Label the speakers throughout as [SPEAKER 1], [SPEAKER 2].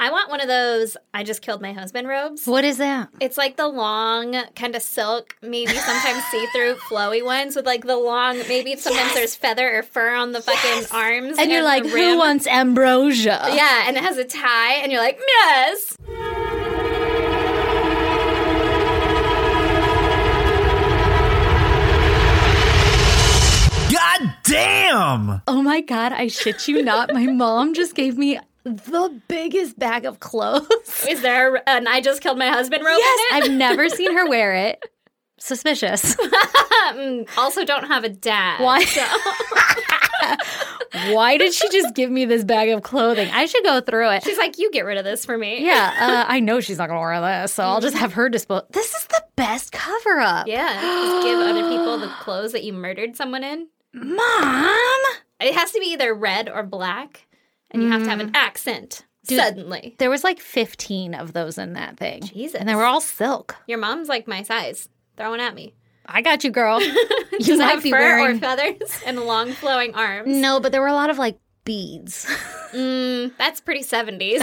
[SPEAKER 1] I want one of those I just killed my husband robes.
[SPEAKER 2] What is that?
[SPEAKER 1] It's like the long kind of silk, maybe sometimes see-through flowy ones with like the long, maybe sometimes there's feather or fur on the fucking arms.
[SPEAKER 2] And you're
[SPEAKER 1] the
[SPEAKER 2] like, who
[SPEAKER 1] rim.
[SPEAKER 2] wants ambrosia?
[SPEAKER 1] Yeah, and it has a tie, and you're like, yes.
[SPEAKER 3] God damn!
[SPEAKER 2] Oh my God, I shit you not. My mom just gave me the biggest bag of clothes.
[SPEAKER 1] Is there an I just killed my husband robe
[SPEAKER 2] Yes,
[SPEAKER 1] in it?
[SPEAKER 2] I've never seen her wear it. Suspicious.
[SPEAKER 1] Mm, also, don't have a dad.
[SPEAKER 2] Why? Why did she just give me this bag of clothing? I should go through it.
[SPEAKER 1] She's like, you get rid of this for me.
[SPEAKER 2] Yeah, uh, I know she's not gonna wear this, so I'll just have her dispose. This is the best cover up.
[SPEAKER 1] Yeah. Just give other people the clothes that you murdered someone in.
[SPEAKER 2] Mom,
[SPEAKER 1] It has to be either red or black, and you have to have
[SPEAKER 2] Mm.
[SPEAKER 1] an accent suddenly.
[SPEAKER 2] there was like fifteen of those in that thing.
[SPEAKER 1] Jesus.
[SPEAKER 2] and they were all silk.
[SPEAKER 1] Your mom's like my size, throwing at me.
[SPEAKER 2] I got you, girl. you
[SPEAKER 1] Does it
[SPEAKER 2] might
[SPEAKER 1] have
[SPEAKER 2] be
[SPEAKER 1] fur
[SPEAKER 2] wearing
[SPEAKER 1] or feathers and long flowing arms?
[SPEAKER 2] no, but there were a lot of like beads.
[SPEAKER 1] Mm, that's pretty 70s.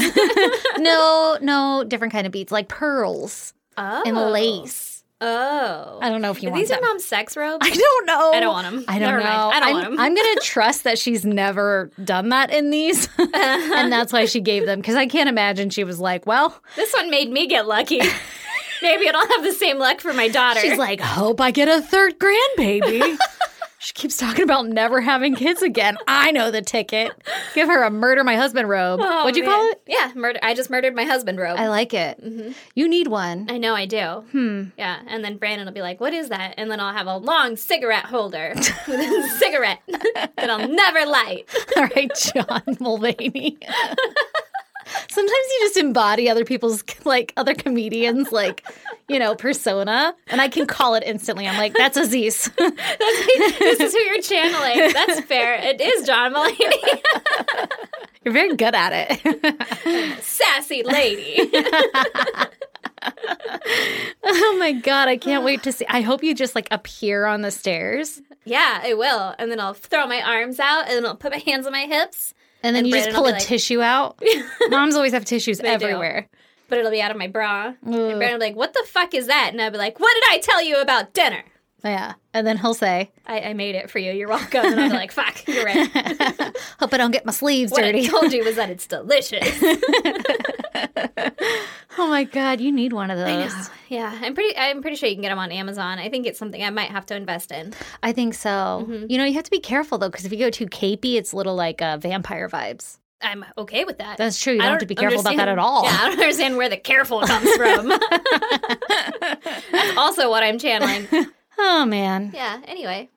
[SPEAKER 2] no, no, different kind of beads, like pearls
[SPEAKER 1] oh.
[SPEAKER 2] and lace.
[SPEAKER 1] Oh.
[SPEAKER 2] I don't know if you
[SPEAKER 1] Are
[SPEAKER 2] want
[SPEAKER 1] these your
[SPEAKER 2] them.
[SPEAKER 1] mom's sex robes?
[SPEAKER 2] I don't know.
[SPEAKER 1] I don't want 'em.
[SPEAKER 2] I don't
[SPEAKER 1] Never
[SPEAKER 2] know.
[SPEAKER 1] mind. I don't
[SPEAKER 2] am
[SPEAKER 1] want 'em.
[SPEAKER 2] I'm gonna trust that she's never done that in these, and that's why she gave them. Because I can't imagine she was like, "Well,
[SPEAKER 1] This one made me get lucky. Maybe it'll have the same luck for my daughter.
[SPEAKER 2] She's like, hope I get a third grandbaby. she keeps talking about never having kids again. I know the ticket. Give her a murder my husband robe.
[SPEAKER 1] Oh,
[SPEAKER 2] What'd you call
[SPEAKER 1] man.
[SPEAKER 2] it?
[SPEAKER 1] Yeah, murder. I just murdered my husband robe.
[SPEAKER 2] I
[SPEAKER 1] I,
[SPEAKER 2] like it. You need one.
[SPEAKER 1] know I do. Hmm. Yeah, and then Brandon will be like, "What is that?" And then I'll have a long cigarette holder with a cigarette that I'll never light.
[SPEAKER 2] All right, John Mulvaney. Sometimes you just embody other people's like other comedians like you know persona, and I can call it instantly. I'm like, that's Aziz.
[SPEAKER 1] this is who you're channeling. That's fair. It is John Mulaney,
[SPEAKER 2] You're very good at it.
[SPEAKER 1] sassy lady.
[SPEAKER 2] oh my god, I can't wait to see. I hope you just like appear on the stairs.
[SPEAKER 1] yeah, I will. And then I'll throw my arms out, and then I'll put my hands on my hips,
[SPEAKER 2] And then
[SPEAKER 1] And
[SPEAKER 2] you just
[SPEAKER 1] Brandon
[SPEAKER 2] pull
[SPEAKER 1] will
[SPEAKER 2] a
[SPEAKER 1] be like-
[SPEAKER 2] tissue out. Moms always have tissues
[SPEAKER 1] do.
[SPEAKER 2] everywhere.
[SPEAKER 1] but it'll be out of my bra. And Brandon will be like, "What the fuck is that?" And I'll be like, "What did I tell you about dinner?"
[SPEAKER 2] Yeah. And then he'll say,
[SPEAKER 1] I, I made it for you. You're welcome. And I'll be like, "Fuck, you're right."
[SPEAKER 2] Hope I don't get my sleeves
[SPEAKER 1] What I
[SPEAKER 2] dirty.
[SPEAKER 1] told you was that it's delicious.
[SPEAKER 2] Oh my God, you need one of those. I,
[SPEAKER 1] yeah, I'm pretty. I'm pretty sure you can get them on Amazon. I think it's something I might have to invest in.
[SPEAKER 2] think so.
[SPEAKER 1] Mm-hmm.
[SPEAKER 2] You know, you have to be careful though, because if you go too capey, it's little like uh, vampire vibes.
[SPEAKER 1] I'm okay with that.
[SPEAKER 2] That's true. You
[SPEAKER 1] I
[SPEAKER 2] don't, have to be careful about that at all.
[SPEAKER 1] Yeah, I don't understand where the careful comes from. That's also what I'm channeling.
[SPEAKER 2] Oh man.
[SPEAKER 1] Yeah. Anyway,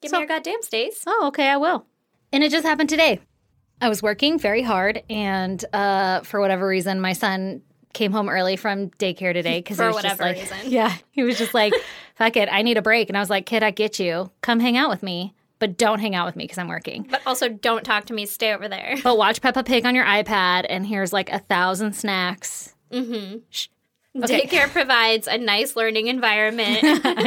[SPEAKER 1] give
[SPEAKER 2] So-
[SPEAKER 1] me your goddamn stays.
[SPEAKER 2] Oh, okay, I will. And it just happened today. I was working very hard, and uh, for whatever reason, my son came home early from daycare today because
[SPEAKER 1] For
[SPEAKER 2] was just
[SPEAKER 1] whatever
[SPEAKER 2] like,
[SPEAKER 1] reason.
[SPEAKER 2] yeah, he was just like, "Fuck it, I need a break." And I was like, "Kid, I get you. Come hang out with me, but don't hang out with me because I'm working."
[SPEAKER 1] But also, don't talk to me. Stay over there.
[SPEAKER 2] But watch Peppa Pig on your iPad, and here's like a thousand snacks.
[SPEAKER 1] Daycare provides a nice learning environment.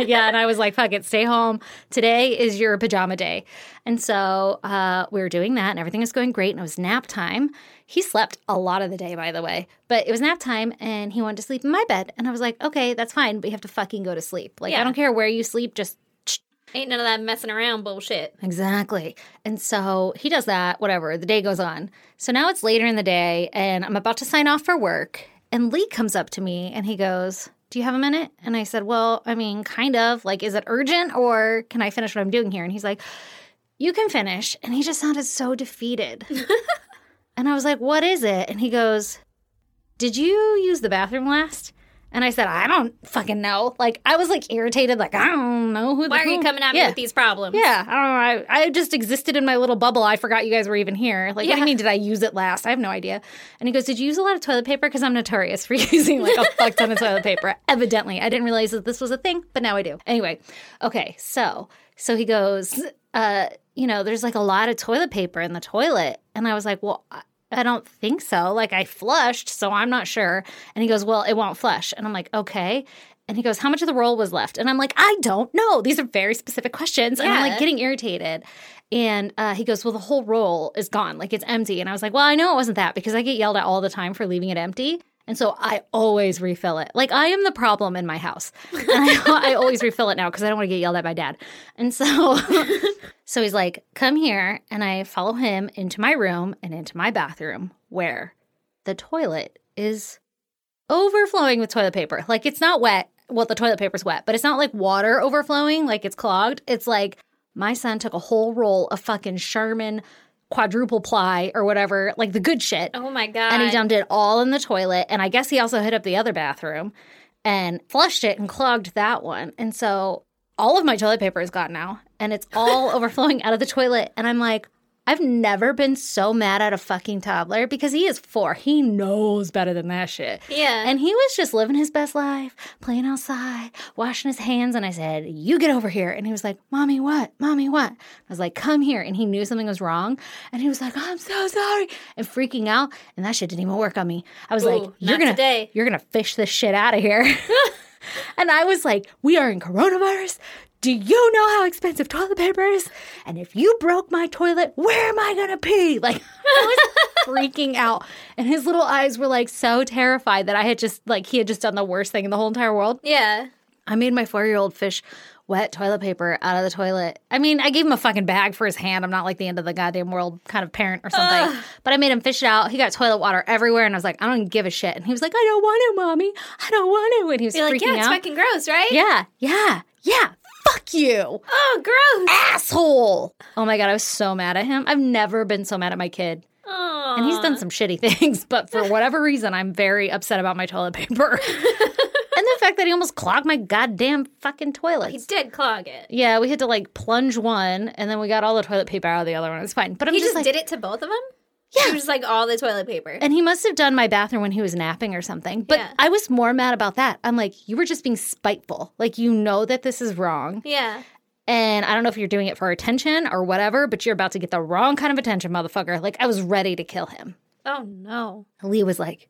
[SPEAKER 2] yeah, and I was like, fuck it, stay home. Today is your pajama day. And so uh, we were doing that, and everything was going great, and it was nap time. He slept a lot of the day, by the way, but it was nap time, and he wanted to sleep in my bed. And I was like, okay, that's fine, but you have to fucking go to sleep. Like, I
[SPEAKER 1] Yeah.
[SPEAKER 2] don't care where you sleep, just
[SPEAKER 1] Ain't none of that messing around bullshit.
[SPEAKER 2] Exactly. And so he does that, whatever, the day goes on. So now it's later in the day, and I'm about to sign off for work. And Lee comes up to me and he goes, Do you have a minute? And I said, Well, I mean, kind of. Like, is it urgent or can I finish what I'm doing here? And he's like, You can finish. And he just sounded so defeated. and I was like, What is it? And he goes, Did you use the bathroom last? And I said, I don't fucking know. Like, I was like irritated, like, I don't know who the
[SPEAKER 1] Why are you
[SPEAKER 2] who-
[SPEAKER 1] coming at me
[SPEAKER 2] Yeah.
[SPEAKER 1] with these problems?
[SPEAKER 2] Yeah, I don't know. I, I just existed in my little bubble. I forgot you guys were even here. Like, what do
[SPEAKER 1] Yeah.
[SPEAKER 2] you mean? Did I use it last? I have no idea. And he goes, "Did you use a lot of toilet paper? Because I'm notorious for using like a fuck ton of toilet paper. Evidently, I didn't realize that this was a thing, but now I do. Anyway, okay, so so he goes, uh, you know, there's like a lot of toilet paper in the toilet, and I was like, well. I- I don't think so. Like I flushed, so I'm not sure. And he goes, "Well, it won't flush." And I'm like, "Okay." And he goes, "How much of the roll was left?" And I'm like, "I don't know. These are very specific questions." And I'm
[SPEAKER 1] Yeah.
[SPEAKER 2] like getting irritated. And uh, he goes, Well, the whole roll is gone. Like it's empty. And I was like, Well, I know it wasn't that because I get yelled at all the time for leaving it empty. And so I always refill it. Like I am the problem in my house. And I, I always refill it now because I don't want to get yelled at by dad. And so, so he's like, Come here. And I follow him into my room and into my bathroom where the toilet is overflowing with toilet paper. Like it's not wet. Well, the toilet paper's wet, but it's not like water overflowing, like it's clogged. It's like my son took a whole roll of fucking Sherman quadruple ply or whatever, like the good shit.
[SPEAKER 1] Oh my god.
[SPEAKER 2] And he dumped it all in the toilet. And I guess he also hit up the other bathroom and flushed it and clogged that one. And so all of my toilet paper is gone now and it's all overflowing out of the toilet. And I'm like, I've never been so mad at a fucking toddler because he is four. He knows better than that shit.
[SPEAKER 1] Yeah.
[SPEAKER 2] And he was just living his best life, playing outside, washing his hands. And I said, You get over here. And he was like, Mommy, what? Mommy, what? I was like, Come here. And he knew something was wrong. And he was like, "Oh, I'm so sorry. And freaking out. And that shit didn't even work on me. I was like,
[SPEAKER 1] Ooh,
[SPEAKER 2] You're
[SPEAKER 1] not
[SPEAKER 2] gonna
[SPEAKER 1] today.
[SPEAKER 2] you're gonna fish this shit out of here. and I was like, we are in coronavirus. Do you know how expensive toilet paper is? And if you broke my toilet, where am I gonna pee? Like I was freaking out. And his little eyes were like so terrified that I had just like he had just done the worst thing in the whole entire world.
[SPEAKER 1] yeah.
[SPEAKER 2] I made my four year old fish wet toilet paper out of the toilet. I mean, I gave him a fucking bag for his hand. I'm not like the end of the goddamn world kind of parent or something. But I made him fish it out. He got toilet water everywhere, and I was like, I don't give a shit. And he was like, I don't want to, mommy. I don't want to. And he was
[SPEAKER 1] You're
[SPEAKER 2] freaking
[SPEAKER 1] like, yeah, it's
[SPEAKER 2] out.
[SPEAKER 1] fucking gross, right?
[SPEAKER 2] yeah, yeah, yeah. Fuck you,
[SPEAKER 1] Oh, gross.
[SPEAKER 2] asshole. Oh my god, I was so mad at him. I've never been so mad at my kid.
[SPEAKER 1] Oh.
[SPEAKER 2] And he's done some shitty things, but for whatever reason, I'm very upset about my toilet paper. and the fact that he almost clogged my goddamn fucking toilet.
[SPEAKER 1] He did clog it.
[SPEAKER 2] Yeah, we had to like plunge one, and then we got all the toilet paper out of the other one. It's fine, but I'm
[SPEAKER 1] He
[SPEAKER 2] just,
[SPEAKER 1] just
[SPEAKER 2] like,
[SPEAKER 1] did it to both of them? Yeah. He was like all the toilet paper.
[SPEAKER 2] and he must have done my bathroom when he was napping or something. But
[SPEAKER 1] Yeah.
[SPEAKER 2] I was more mad about that. I'm like, you were just being spiteful. Like you know that this is wrong,
[SPEAKER 1] yeah.
[SPEAKER 2] and I don't know if you're doing it for attention or whatever, but you're about to get the wrong kind of attention, motherfucker. Like I was ready to kill him.
[SPEAKER 1] Oh, no.
[SPEAKER 2] Leah was like,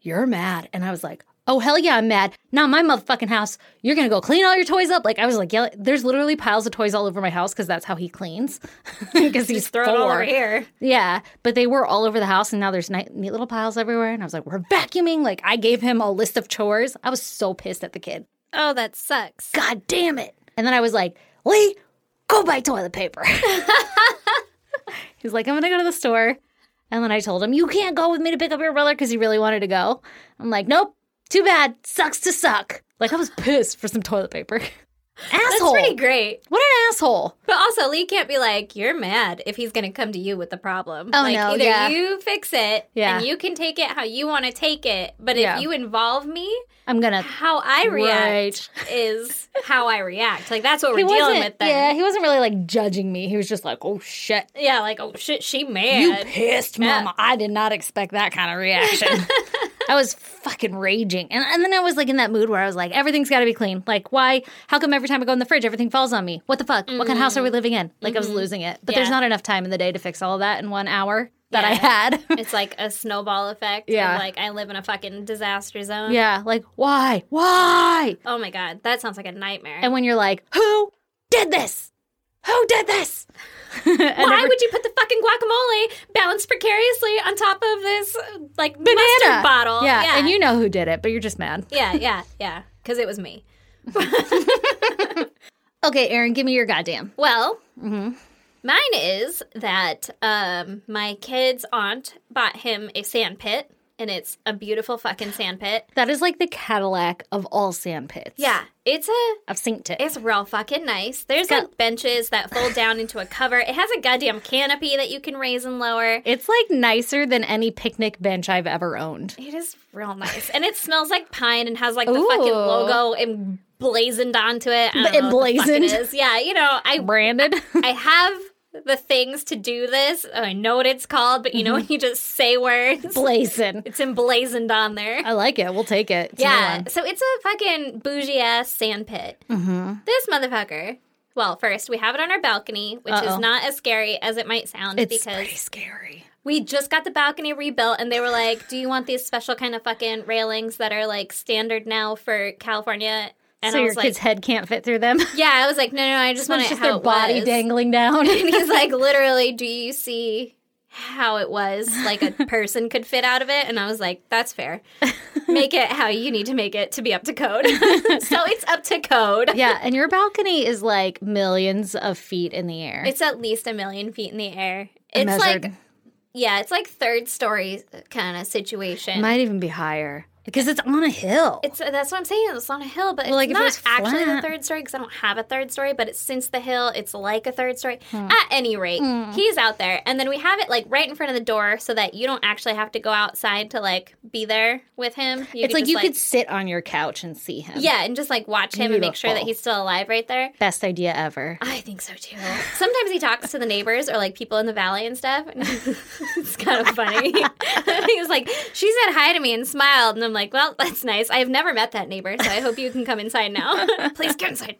[SPEAKER 2] You're mad. And I was like, Oh, hell yeah, I'm mad. Not my motherfucking house. You're going to go clean all your toys up. Like, I was like, yelling. There's literally piles of toys all over my house because that's how he cleans. Because he's
[SPEAKER 1] Throw
[SPEAKER 2] four.
[SPEAKER 1] it all over here.
[SPEAKER 2] Yeah. But they were all over the house. And now there's ni- neat little piles everywhere. And I was like, We're vacuuming. Like, I gave him a list of chores. I was so pissed at the kid.
[SPEAKER 1] Oh, that sucks.
[SPEAKER 2] God damn it. And then I was like, Lee, go buy toilet paper. He's like, I'm going to go to the store. And then I told him, You can't go with me to pick up your brother because he really wanted to go. I'm like, Nope, too bad. Sucks to suck. Like, I was pissed for some toilet paper.
[SPEAKER 1] That's
[SPEAKER 2] asshole.
[SPEAKER 1] pretty great.
[SPEAKER 2] what an asshole.
[SPEAKER 1] But also, Lee can't be like, you're mad if he's going to come to you with the problem.
[SPEAKER 2] Oh,
[SPEAKER 1] like,
[SPEAKER 2] no,
[SPEAKER 1] either
[SPEAKER 2] yeah.
[SPEAKER 1] you fix it
[SPEAKER 2] Yeah.
[SPEAKER 1] and you can take it how you want to take it. But if
[SPEAKER 2] Yeah.
[SPEAKER 1] you involve me,
[SPEAKER 2] I'm going to.
[SPEAKER 1] how I react is how I react. Like, that's what we're dealing with then.
[SPEAKER 2] yeah, he wasn't really like judging me. He was just like, Oh shit.
[SPEAKER 1] Yeah, like, oh shit, she
[SPEAKER 2] You
[SPEAKER 1] mad.
[SPEAKER 2] pissed,
[SPEAKER 1] Yeah.
[SPEAKER 2] Mama. I did not expect that kind of reaction. I was fucking raging. And, and then I was like in that mood where I was like, everything's got to be clean. Like, why? How come every time I go in the fridge, everything falls on me? What the fuck? What kind of house are we living in? Like, I was losing it. But there's
[SPEAKER 1] Mm-hmm. Yeah.
[SPEAKER 2] not enough time in the day to fix all that in one hour that I
[SPEAKER 1] Yeah.
[SPEAKER 2] had.
[SPEAKER 1] it's like a snowball effect. of,
[SPEAKER 2] Yeah.
[SPEAKER 1] like I live in a fucking disaster zone.
[SPEAKER 2] yeah. Like, why? Why?
[SPEAKER 1] Oh my god, that sounds like a nightmare.
[SPEAKER 2] And when you're like, who did this? Who did this? And
[SPEAKER 1] why
[SPEAKER 2] every-
[SPEAKER 1] would you put the fucking guacamole balanced precariously on top of this uh, like mustard
[SPEAKER 2] Banana.
[SPEAKER 1] bottle?
[SPEAKER 2] Yeah, And you know who did it, but you're just mad.
[SPEAKER 1] yeah, yeah, yeah. Because it was me.
[SPEAKER 2] Okay, Aaron, give me your goddamn.
[SPEAKER 1] Well, mine is that um, my kid's aunt bought him a sand pit, and it's a beautiful fucking sand pit.
[SPEAKER 2] That is like the Cadillac of all sand pits.
[SPEAKER 1] Yeah, it's a
[SPEAKER 2] I've synced it.
[SPEAKER 1] It's real fucking nice. There's
[SPEAKER 2] got-
[SPEAKER 1] like benches that fold down into a cover. It has a goddamn canopy that you can raise and lower.
[SPEAKER 2] It's like nicer than any picnic bench I've ever owned.
[SPEAKER 1] It is real nice. And it smells like pine and has like the
[SPEAKER 2] Ooh.
[SPEAKER 1] fucking logo emblazoned onto it. I don't know what the fuck
[SPEAKER 2] Emblazoned.
[SPEAKER 1] it is. Yeah, you know, I
[SPEAKER 2] Branded.
[SPEAKER 1] I have the things to do this. Oh, I know what it's called, but you know when
[SPEAKER 2] Mm-hmm.
[SPEAKER 1] you just say words,
[SPEAKER 2] Blazing.
[SPEAKER 1] it's emblazoned on there.
[SPEAKER 2] I like it. We'll take it. It's a new
[SPEAKER 1] Yeah,
[SPEAKER 2] one.
[SPEAKER 1] so it's a fucking bougie ass sand pit.
[SPEAKER 2] Mm-hmm.
[SPEAKER 1] This motherfucker. Well, first we have it on our balcony, which
[SPEAKER 2] Uh-oh.
[SPEAKER 1] is not as scary as it might sound
[SPEAKER 2] It's
[SPEAKER 1] because
[SPEAKER 2] pretty scary.
[SPEAKER 1] we just got the balcony rebuilt, and they were like, "Do you want these special kind of fucking railings that are like standard now for California And
[SPEAKER 2] so
[SPEAKER 1] I
[SPEAKER 2] your
[SPEAKER 1] was like,
[SPEAKER 2] kid's head can't fit through them.
[SPEAKER 1] yeah, I was like, no, no, I just want
[SPEAKER 2] it's
[SPEAKER 1] to
[SPEAKER 2] just
[SPEAKER 1] how
[SPEAKER 2] their
[SPEAKER 1] it
[SPEAKER 2] body
[SPEAKER 1] was.
[SPEAKER 2] dangling down.
[SPEAKER 1] And he's like, literally, do you see how it was? Like a person could fit out of it. And I was like, that's fair. Make it how you need to make it to be up to code. so it's up to code.
[SPEAKER 2] yeah, and your balcony is like millions of feet in the air.
[SPEAKER 1] It's at least a million feet in the air. It's
[SPEAKER 2] measured.
[SPEAKER 1] like, yeah, it's like third story kind of situation.
[SPEAKER 2] might even be higher because it's on a hill.
[SPEAKER 1] It's uh, that's what I'm saying. It's on a hill, but it's
[SPEAKER 2] like, if it
[SPEAKER 1] not
[SPEAKER 2] was
[SPEAKER 1] actually the
[SPEAKER 2] flat-
[SPEAKER 1] third story because I don't have a third story. But it's since the hill, it's like a third story.
[SPEAKER 2] Hmm.
[SPEAKER 1] At any rate, he's out there, and then we have it like right in front of the door, so that you don't actually have to go outside to like be there with him. You
[SPEAKER 2] It's like
[SPEAKER 1] just,
[SPEAKER 2] you could sit on your couch and see him.
[SPEAKER 1] yeah, and just like watch him and make sure that
[SPEAKER 2] Beautiful.
[SPEAKER 1] he's still alive right there.
[SPEAKER 2] Best idea ever.
[SPEAKER 1] I think so too. Sometimes he talks to the neighbors or like people in the valley and stuff. And it's kind of funny. he was like, she said hi to me and smiled. And I'm like, well, that's nice. I have never met that neighbor, so I hope you can come inside now. Please get inside.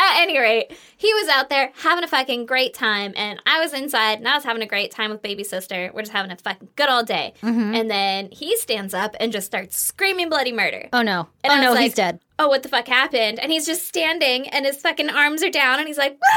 [SPEAKER 1] At any rate, he was out there having a fucking great time. And I was inside and I was having a great time with baby sister. We're just having a fucking good old day. And then he stands up and just starts screaming bloody murder.
[SPEAKER 2] Oh no.
[SPEAKER 1] And
[SPEAKER 2] oh
[SPEAKER 1] I was
[SPEAKER 2] no,
[SPEAKER 1] like,
[SPEAKER 2] he's dead.
[SPEAKER 1] Oh, what the fuck happened? And he's just standing and his fucking arms are down and he's like, "Ah!"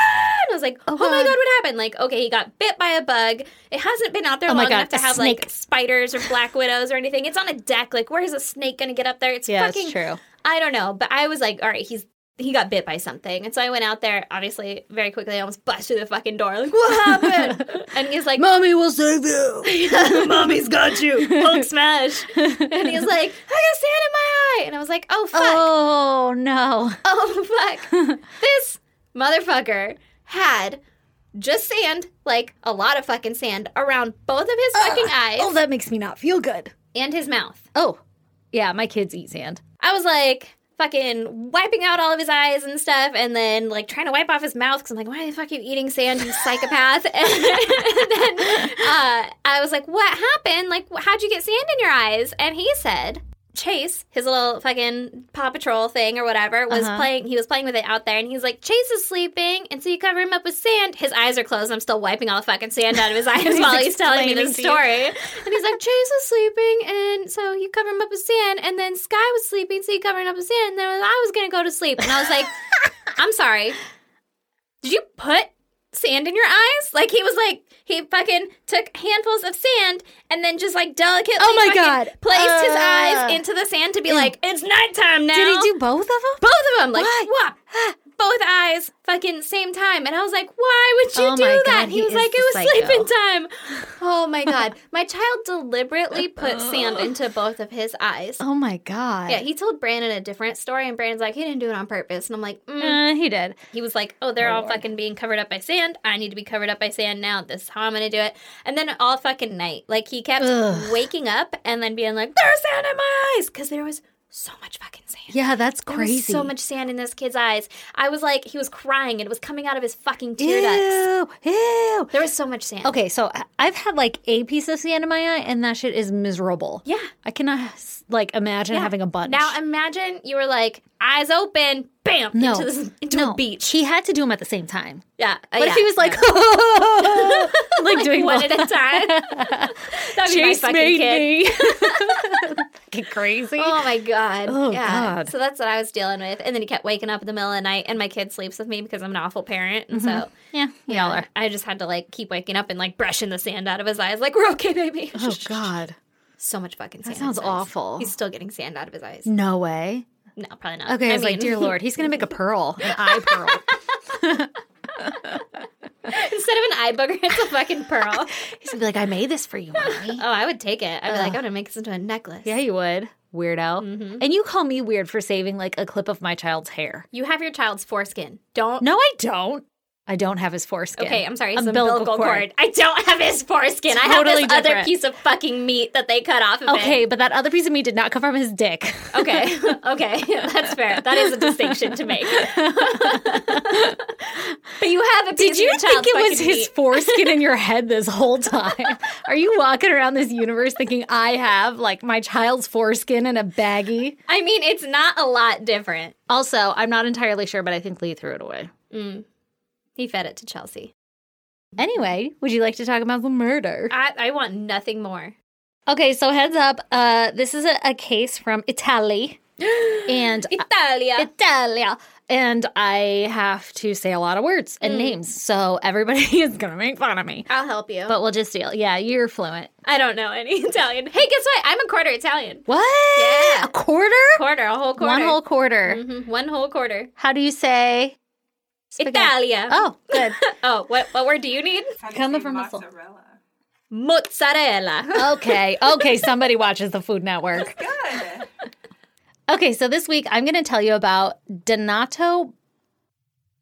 [SPEAKER 1] and I was like, oh, my
[SPEAKER 2] God.
[SPEAKER 1] God, what happened? Like, okay, he got bit by a bug. It hasn't been out there
[SPEAKER 2] Oh my
[SPEAKER 1] long
[SPEAKER 2] God,
[SPEAKER 1] enough to
[SPEAKER 2] a
[SPEAKER 1] have like
[SPEAKER 2] snake.
[SPEAKER 1] spiders or black widows or anything. It's on a deck. Like, where is a snake going to get up there? It's
[SPEAKER 2] Yeah,
[SPEAKER 1] fucking
[SPEAKER 2] it's true.
[SPEAKER 1] I don't know, but I was like, all right, he's he got bit by something, and so I went out there. Obviously, very quickly, I almost bust through the fucking door. Like, what happened? and he's like,
[SPEAKER 2] Mommy will save you.
[SPEAKER 1] "Mommy's got you, Hulk smash." and he's like, "I got sand in my eye," and I was like, "Oh fuck, oh,
[SPEAKER 2] Oh no.
[SPEAKER 1] fuck, this motherfucker had." Just sand, like a lot of fucking sand around both of his fucking eyes
[SPEAKER 2] Oh, that makes me not feel good.
[SPEAKER 1] and his mouth.
[SPEAKER 2] Oh. Yeah, my kids eat sand.
[SPEAKER 1] I was like fucking wiping out all of his eyes and stuff, and then like trying to wipe off his mouth because I'm like, why the fuck are you eating sand, you psychopath? and then uh, I was like, what happened? Like, wh- how'd you get sand in your eyes? And he said. Chase, his little fucking Paw Patrol thing or whatever, was playing. He was playing with it out there, and he's like, "Chase is sleeping," and so you cover him up with sand. His eyes are closed. I'm still wiping all the fucking sand out of his eyes while he's telling me this
[SPEAKER 2] explaining to you.
[SPEAKER 1] story story. And he's like, Chase was sleeping, and so you cover him up with sand. And then Sky was sleeping, so you cover him up with sand. And then I was going to go to sleep. And I was like, I'm sorry. Did you put sand in your eyes? Like, he was like, he fucking took handfuls of sand and then just like delicately
[SPEAKER 2] Oh my
[SPEAKER 1] fucking
[SPEAKER 2] God.
[SPEAKER 1] placed his
[SPEAKER 2] Uh.
[SPEAKER 1] eyes into the sand to be like, it's nighttime now.
[SPEAKER 2] Did he do both of them?
[SPEAKER 1] both of them? Like,
[SPEAKER 2] Why?
[SPEAKER 1] whop.
[SPEAKER 2] Ah.
[SPEAKER 1] Both eyes, fucking same time, and I was like, "Why would you
[SPEAKER 2] Oh
[SPEAKER 1] do
[SPEAKER 2] my
[SPEAKER 1] that?"
[SPEAKER 2] God,
[SPEAKER 1] he,
[SPEAKER 2] he
[SPEAKER 1] was
[SPEAKER 2] is
[SPEAKER 1] like,
[SPEAKER 2] the
[SPEAKER 1] "It was
[SPEAKER 2] psycho.
[SPEAKER 1] sleeping time." Oh my god. My child deliberately put sand into both of his eyes.
[SPEAKER 2] Oh my god.
[SPEAKER 1] Yeah, he told Brandon a different story, and Brandon's like, he didn't do it on purpose. And I'm like, mm.
[SPEAKER 2] Uh, he did.
[SPEAKER 1] he was like, oh, they're all
[SPEAKER 2] Lord.
[SPEAKER 1] fucking being covered up by sand. I need to be covered up by sand now. This is how I'm going to do it. And then all fucking night, like, he kept
[SPEAKER 2] Ugh.
[SPEAKER 1] waking up and then being like, there's sand in my eyes. Because there was so much fucking sand.
[SPEAKER 2] Yeah, that's
[SPEAKER 1] There was
[SPEAKER 2] crazy.
[SPEAKER 1] so much sand in this kid's eyes. I was like, he was crying and it was coming out of his fucking tear ducts.
[SPEAKER 2] Ew, ew.
[SPEAKER 1] There was so much sand.
[SPEAKER 2] Okay, so I- I've had like a piece of sand in my eye, and that shit is miserable.
[SPEAKER 1] Yeah.
[SPEAKER 2] I cannot like imagine
[SPEAKER 1] Yeah.
[SPEAKER 2] having a bunch.
[SPEAKER 1] Now imagine you were like eyes open, bam,
[SPEAKER 2] no,
[SPEAKER 1] into, this, into
[SPEAKER 2] no.
[SPEAKER 1] a beach.
[SPEAKER 2] He had to do them at the same time.
[SPEAKER 1] Yeah, uh,
[SPEAKER 2] But
[SPEAKER 1] yeah.
[SPEAKER 2] if he was like, like, doing
[SPEAKER 1] one
[SPEAKER 2] both.
[SPEAKER 1] at a time, that'd be my
[SPEAKER 2] Chase
[SPEAKER 1] fucking
[SPEAKER 2] made
[SPEAKER 1] kid.
[SPEAKER 2] me. Fucking crazy.
[SPEAKER 1] Oh my god!
[SPEAKER 2] Oh,
[SPEAKER 1] yeah.
[SPEAKER 2] God.
[SPEAKER 1] So that's what I was dealing with, and then he kept waking up in the middle of the night, and my kid sleeps with me because I'm an awful parent, and so
[SPEAKER 2] Yeah, we all are.
[SPEAKER 1] I just had to like keep waking up and like brushing the sand out of his eyes, like we're okay, baby.
[SPEAKER 2] Oh God,
[SPEAKER 1] so much fucking sand. in
[SPEAKER 2] sounds
[SPEAKER 1] his eyes.
[SPEAKER 2] awful.
[SPEAKER 1] He's still getting sand out of his eyes.
[SPEAKER 2] no way.
[SPEAKER 1] No, probably not.
[SPEAKER 2] Okay, I, was like,
[SPEAKER 1] mean,
[SPEAKER 2] dear Lord, he's gonna make a pearl, an eye pearl.
[SPEAKER 1] instead of an eye booger, it's a fucking pearl.
[SPEAKER 2] He's gonna be like, I made this for you, mommy.
[SPEAKER 1] Oh, I would take it. I'd be like, I'm gonna make this into a necklace.
[SPEAKER 2] Yeah, you would. Weirdo. And you call me weird for saving like a clip of my child's hair.
[SPEAKER 1] You have your child's foreskin. Don't.
[SPEAKER 2] No, I don't. I don't have his foreskin.
[SPEAKER 1] Okay, I'm sorry. It's
[SPEAKER 2] Umbilical
[SPEAKER 1] umbilical cord. I don't have his foreskin. I have this
[SPEAKER 2] Totally
[SPEAKER 1] other
[SPEAKER 2] different.
[SPEAKER 1] piece of fucking meat that they cut off of
[SPEAKER 2] Okay,
[SPEAKER 1] it.
[SPEAKER 2] but that other piece of me did not come from his dick.
[SPEAKER 1] Okay. Okay. That's fair. That is a distinction to make. but you have a piece
[SPEAKER 2] Did you
[SPEAKER 1] of your
[SPEAKER 2] think
[SPEAKER 1] child's
[SPEAKER 2] it was
[SPEAKER 1] fucking
[SPEAKER 2] his
[SPEAKER 1] meat.
[SPEAKER 2] foreskin in your head this whole time? Are you walking around this universe thinking I have like my child's foreskin in a baggie?
[SPEAKER 1] I mean, it's not a lot different.
[SPEAKER 2] Also, I'm not entirely sure, but I think Lee threw it away.
[SPEAKER 1] He fed it to Chelsea.
[SPEAKER 2] Anyway, would you like to talk about the murder?
[SPEAKER 1] I, I want nothing more.
[SPEAKER 2] Okay, so heads up. Uh, this is a, a case from Italy. and uh,
[SPEAKER 1] Italia.
[SPEAKER 2] Italia. And I have to say a lot of words
[SPEAKER 1] Mm.
[SPEAKER 2] and names. So everybody is going to make fun of me.
[SPEAKER 1] I'll help you.
[SPEAKER 2] But we'll just deal. Yeah, you're fluent.
[SPEAKER 1] I don't know any Italian. Hey, guess what? I'm a quarter Italian.
[SPEAKER 2] What?
[SPEAKER 1] Yeah.
[SPEAKER 2] A quarter?
[SPEAKER 1] Quarter, a whole quarter.
[SPEAKER 2] One whole quarter.
[SPEAKER 1] Mhm, One whole quarter.
[SPEAKER 2] How do you say? spaghetti?
[SPEAKER 1] Italia.
[SPEAKER 2] Oh, good.
[SPEAKER 1] Oh, what what word do you need?
[SPEAKER 2] Come from a full-
[SPEAKER 3] mozzarella.
[SPEAKER 1] Mozzarella.
[SPEAKER 2] okay. Okay. Somebody watches the Food Network.
[SPEAKER 3] Good.
[SPEAKER 2] Okay. So this week I'm going to tell you about Donato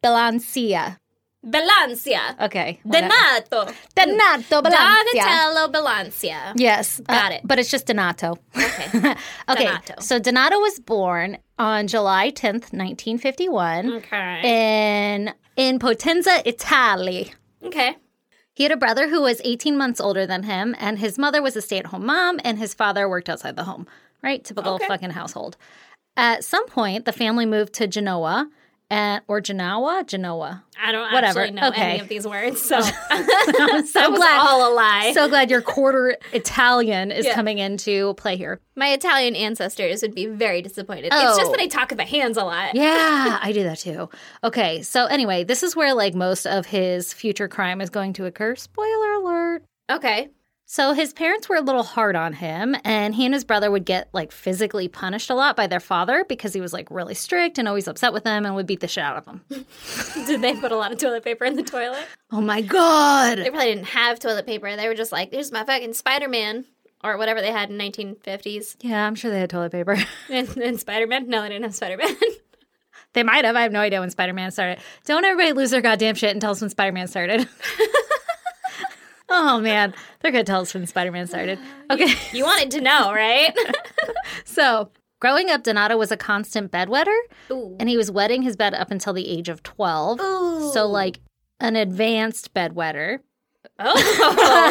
[SPEAKER 2] Bilancia.
[SPEAKER 1] Bilancia.
[SPEAKER 2] Okay. whatever.
[SPEAKER 1] Donato.
[SPEAKER 2] Donato Bilancia.
[SPEAKER 1] Donatello Bilancia.
[SPEAKER 2] Yes. uh,
[SPEAKER 1] Got it.
[SPEAKER 2] But it's just Donato.
[SPEAKER 1] Okay.
[SPEAKER 2] okay.
[SPEAKER 1] Donato.
[SPEAKER 2] So Donato was born on July 10th, 1951
[SPEAKER 1] Okay.
[SPEAKER 2] in in Potenza, Italy.
[SPEAKER 1] Okay.
[SPEAKER 2] He had a brother who was 18 months older than him, and his mother was a stay at home mom, and his father worked outside the home, right? Typical
[SPEAKER 1] Okay.
[SPEAKER 2] fucking household. At some point, the family moved to Genoa, and, or Genoa? Genoa.
[SPEAKER 1] I don't
[SPEAKER 2] Whatever.
[SPEAKER 1] actually know
[SPEAKER 2] Okay.
[SPEAKER 1] any of these words, so
[SPEAKER 2] I'm
[SPEAKER 1] that
[SPEAKER 2] so
[SPEAKER 1] was
[SPEAKER 2] glad.
[SPEAKER 1] all a lie.
[SPEAKER 2] So glad your quarter Italian is
[SPEAKER 1] Yeah.
[SPEAKER 2] coming into play here.
[SPEAKER 1] My Italian ancestors would be very disappointed. It's just
[SPEAKER 2] Oh.
[SPEAKER 1] that I talk about hands a lot.
[SPEAKER 2] Yeah, I do that too. Okay, so anyway, this is where like most of his future crime is going to occur. Spoiler alert.
[SPEAKER 1] Okay.
[SPEAKER 2] So his parents were a little hard on him, and he and his brother would get like physically punished a lot by their father because he was like really strict and always upset with them and would beat the shit out of them.
[SPEAKER 1] Did they put a lot of toilet paper in the toilet?
[SPEAKER 2] Oh my
[SPEAKER 1] They
[SPEAKER 2] god.
[SPEAKER 1] probably didn't have toilet paper. They were just like, "There's my fucking Spider Man." Or whatever they had in 1950s.
[SPEAKER 2] Yeah, I'm sure they had toilet paper.
[SPEAKER 1] And, and Spider Man? No, they didn't have Spider Man.
[SPEAKER 2] they might have. I have no idea when Spider Man started. Don't everybody lose their goddamn shit and tell us when Spider Man started. oh man, they're gonna tell us when Spider Man started. Okay.
[SPEAKER 1] you wanted to know, right?
[SPEAKER 2] So, growing up, Donato was a constant bedwetter,
[SPEAKER 1] Ooh.
[SPEAKER 2] and he was wetting his bed up until the age of 12.
[SPEAKER 1] Ooh.
[SPEAKER 2] So, like an advanced bedwetter.
[SPEAKER 1] Oh,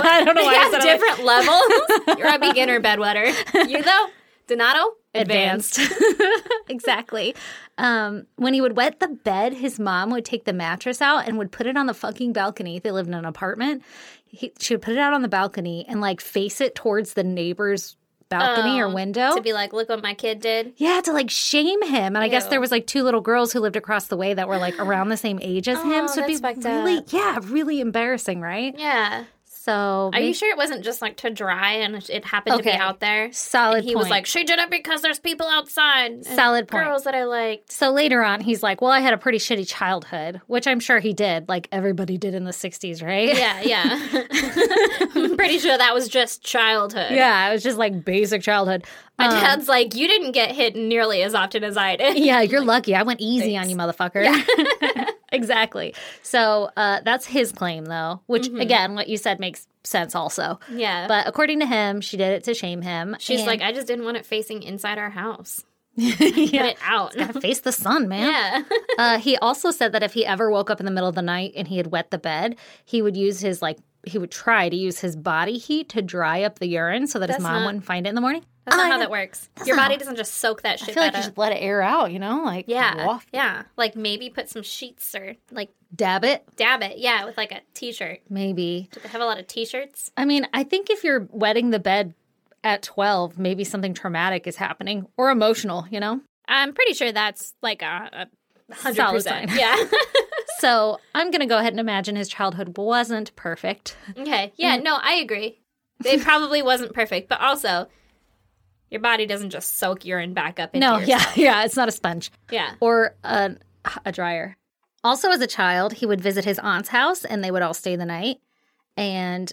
[SPEAKER 2] I don't know why
[SPEAKER 1] They
[SPEAKER 2] I
[SPEAKER 1] have
[SPEAKER 2] said it like-
[SPEAKER 1] different levels. You're a beginner bedwetter. You though, Donato,
[SPEAKER 2] exactly. Um, when he would wet the bed, his mom would take the mattress out and would put it on the fucking balcony. They lived in an apartment. He, she would put it out on the balcony and like face it towards the neighbor's balcony or
[SPEAKER 1] Oh,
[SPEAKER 2] window.
[SPEAKER 1] to be like, look what my kid did.
[SPEAKER 2] Yeah, to like shame him. And I guess
[SPEAKER 1] Ew.
[SPEAKER 2] there was like two little girls who lived across the way that were like around the same age as
[SPEAKER 1] Oh,
[SPEAKER 2] him. So it'd be
[SPEAKER 1] that's fucked
[SPEAKER 2] really,
[SPEAKER 1] up.
[SPEAKER 2] yeah, really embarrassing, right?
[SPEAKER 1] Yeah.
[SPEAKER 2] So
[SPEAKER 1] Are you sure it wasn't just like to dry and it happened to
[SPEAKER 2] Mm. Okay.
[SPEAKER 1] be out there?
[SPEAKER 2] solid
[SPEAKER 1] And he
[SPEAKER 2] point.
[SPEAKER 1] was like, she did it because there's people outside. and
[SPEAKER 2] Solid point.
[SPEAKER 1] Girls that I liked.
[SPEAKER 2] so later on, he's like, well, I had a pretty shitty childhood, which I'm sure he did, like everybody did in the 60s, right?
[SPEAKER 1] Yeah, yeah. I'm pretty sure that was just childhood.
[SPEAKER 2] yeah, it was just like basic childhood.
[SPEAKER 1] My
[SPEAKER 2] Um,
[SPEAKER 1] dad's like, you didn't get hit nearly as often as I did.
[SPEAKER 2] yeah, you're lucky. I went easy on you, motherfucker. exactly. So uh, that's his claim, though, which again, what you said makes sense also.
[SPEAKER 1] Mm-hmm. Yeah.
[SPEAKER 2] But according to him, she did it to shame him.
[SPEAKER 1] She's
[SPEAKER 2] and-
[SPEAKER 1] like, I just didn't want it facing inside our house. Put
[SPEAKER 2] yeah,
[SPEAKER 1] it out.
[SPEAKER 2] gotta face the sun, man.
[SPEAKER 1] Yeah.
[SPEAKER 2] Uh, he also said that if he ever woke up in the middle of the night and he had wet the bed, he would use his like he would try to use his body heat to dry up the urine so that
[SPEAKER 1] That's
[SPEAKER 2] his mom
[SPEAKER 1] not-
[SPEAKER 2] wouldn't find it in the morning.
[SPEAKER 1] That's
[SPEAKER 2] Oh,
[SPEAKER 1] not
[SPEAKER 2] I
[SPEAKER 1] how
[SPEAKER 2] know.
[SPEAKER 1] that works. Your
[SPEAKER 2] not
[SPEAKER 1] body doesn't just soak that
[SPEAKER 2] I
[SPEAKER 1] shit
[SPEAKER 2] feel like
[SPEAKER 1] out
[SPEAKER 2] you
[SPEAKER 1] of-
[SPEAKER 2] should let it air out, you know, like
[SPEAKER 1] Yeah.
[SPEAKER 2] waft-
[SPEAKER 1] Yeah. Like maybe put some sheets or like
[SPEAKER 2] dab it,
[SPEAKER 1] dab it. Yeah, with like a t shirt.
[SPEAKER 2] maybe.
[SPEAKER 1] Do they have a lot of t shirts?
[SPEAKER 2] I mean, I think if you're wetting the bed at twelve, maybe something traumatic is happening or emotional, you know.
[SPEAKER 1] I'm pretty sure that's like a, a
[SPEAKER 2] Solid sign.
[SPEAKER 1] Yeah.
[SPEAKER 2] so I'm gonna go ahead and imagine his childhood wasn't perfect.
[SPEAKER 1] okay. Yeah,
[SPEAKER 2] Mm-hmm.
[SPEAKER 1] no, I agree. It probably wasn't perfect, but also your body doesn't just soak urine back up into
[SPEAKER 2] No,
[SPEAKER 1] your-
[SPEAKER 2] yeah, yeah, it's not a sponge.
[SPEAKER 1] Yeah.
[SPEAKER 2] or a, a dryer. Also, as a child, he would visit his aunt's house and they would all stay the night. And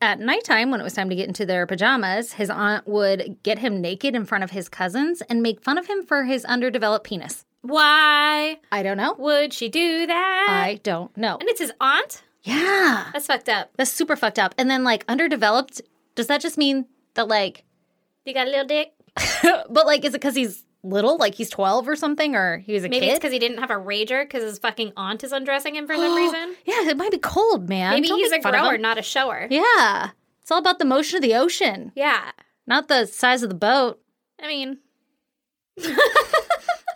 [SPEAKER 2] at nighttime, when it was time to get into their pajamas, his aunt would get him naked in front of his cousins and make fun of him for his underdeveloped penis.
[SPEAKER 1] Why
[SPEAKER 2] I don't know.
[SPEAKER 1] would she do that?
[SPEAKER 2] I don't know.
[SPEAKER 1] and it's his aunt?
[SPEAKER 2] Yeah.
[SPEAKER 1] That's fucked up.
[SPEAKER 2] That's super fucked up. And then, like, underdeveloped, does that just mean that, like,
[SPEAKER 1] You got a little dick?
[SPEAKER 2] but, like, is it because he's little? Like, he's 12 or something? Or he was a
[SPEAKER 1] Maybe
[SPEAKER 2] kid?
[SPEAKER 1] it's because he didn't have a rager because his fucking aunt is undressing him for some reason.
[SPEAKER 2] yeah, it might be cold, man.
[SPEAKER 1] Maybe
[SPEAKER 2] Don't
[SPEAKER 1] he's a
[SPEAKER 2] make fun of him.
[SPEAKER 1] grower, not a shower. Yeah.
[SPEAKER 2] Yeah. It's all about the motion of the ocean, not the size of the boat.
[SPEAKER 1] I mean,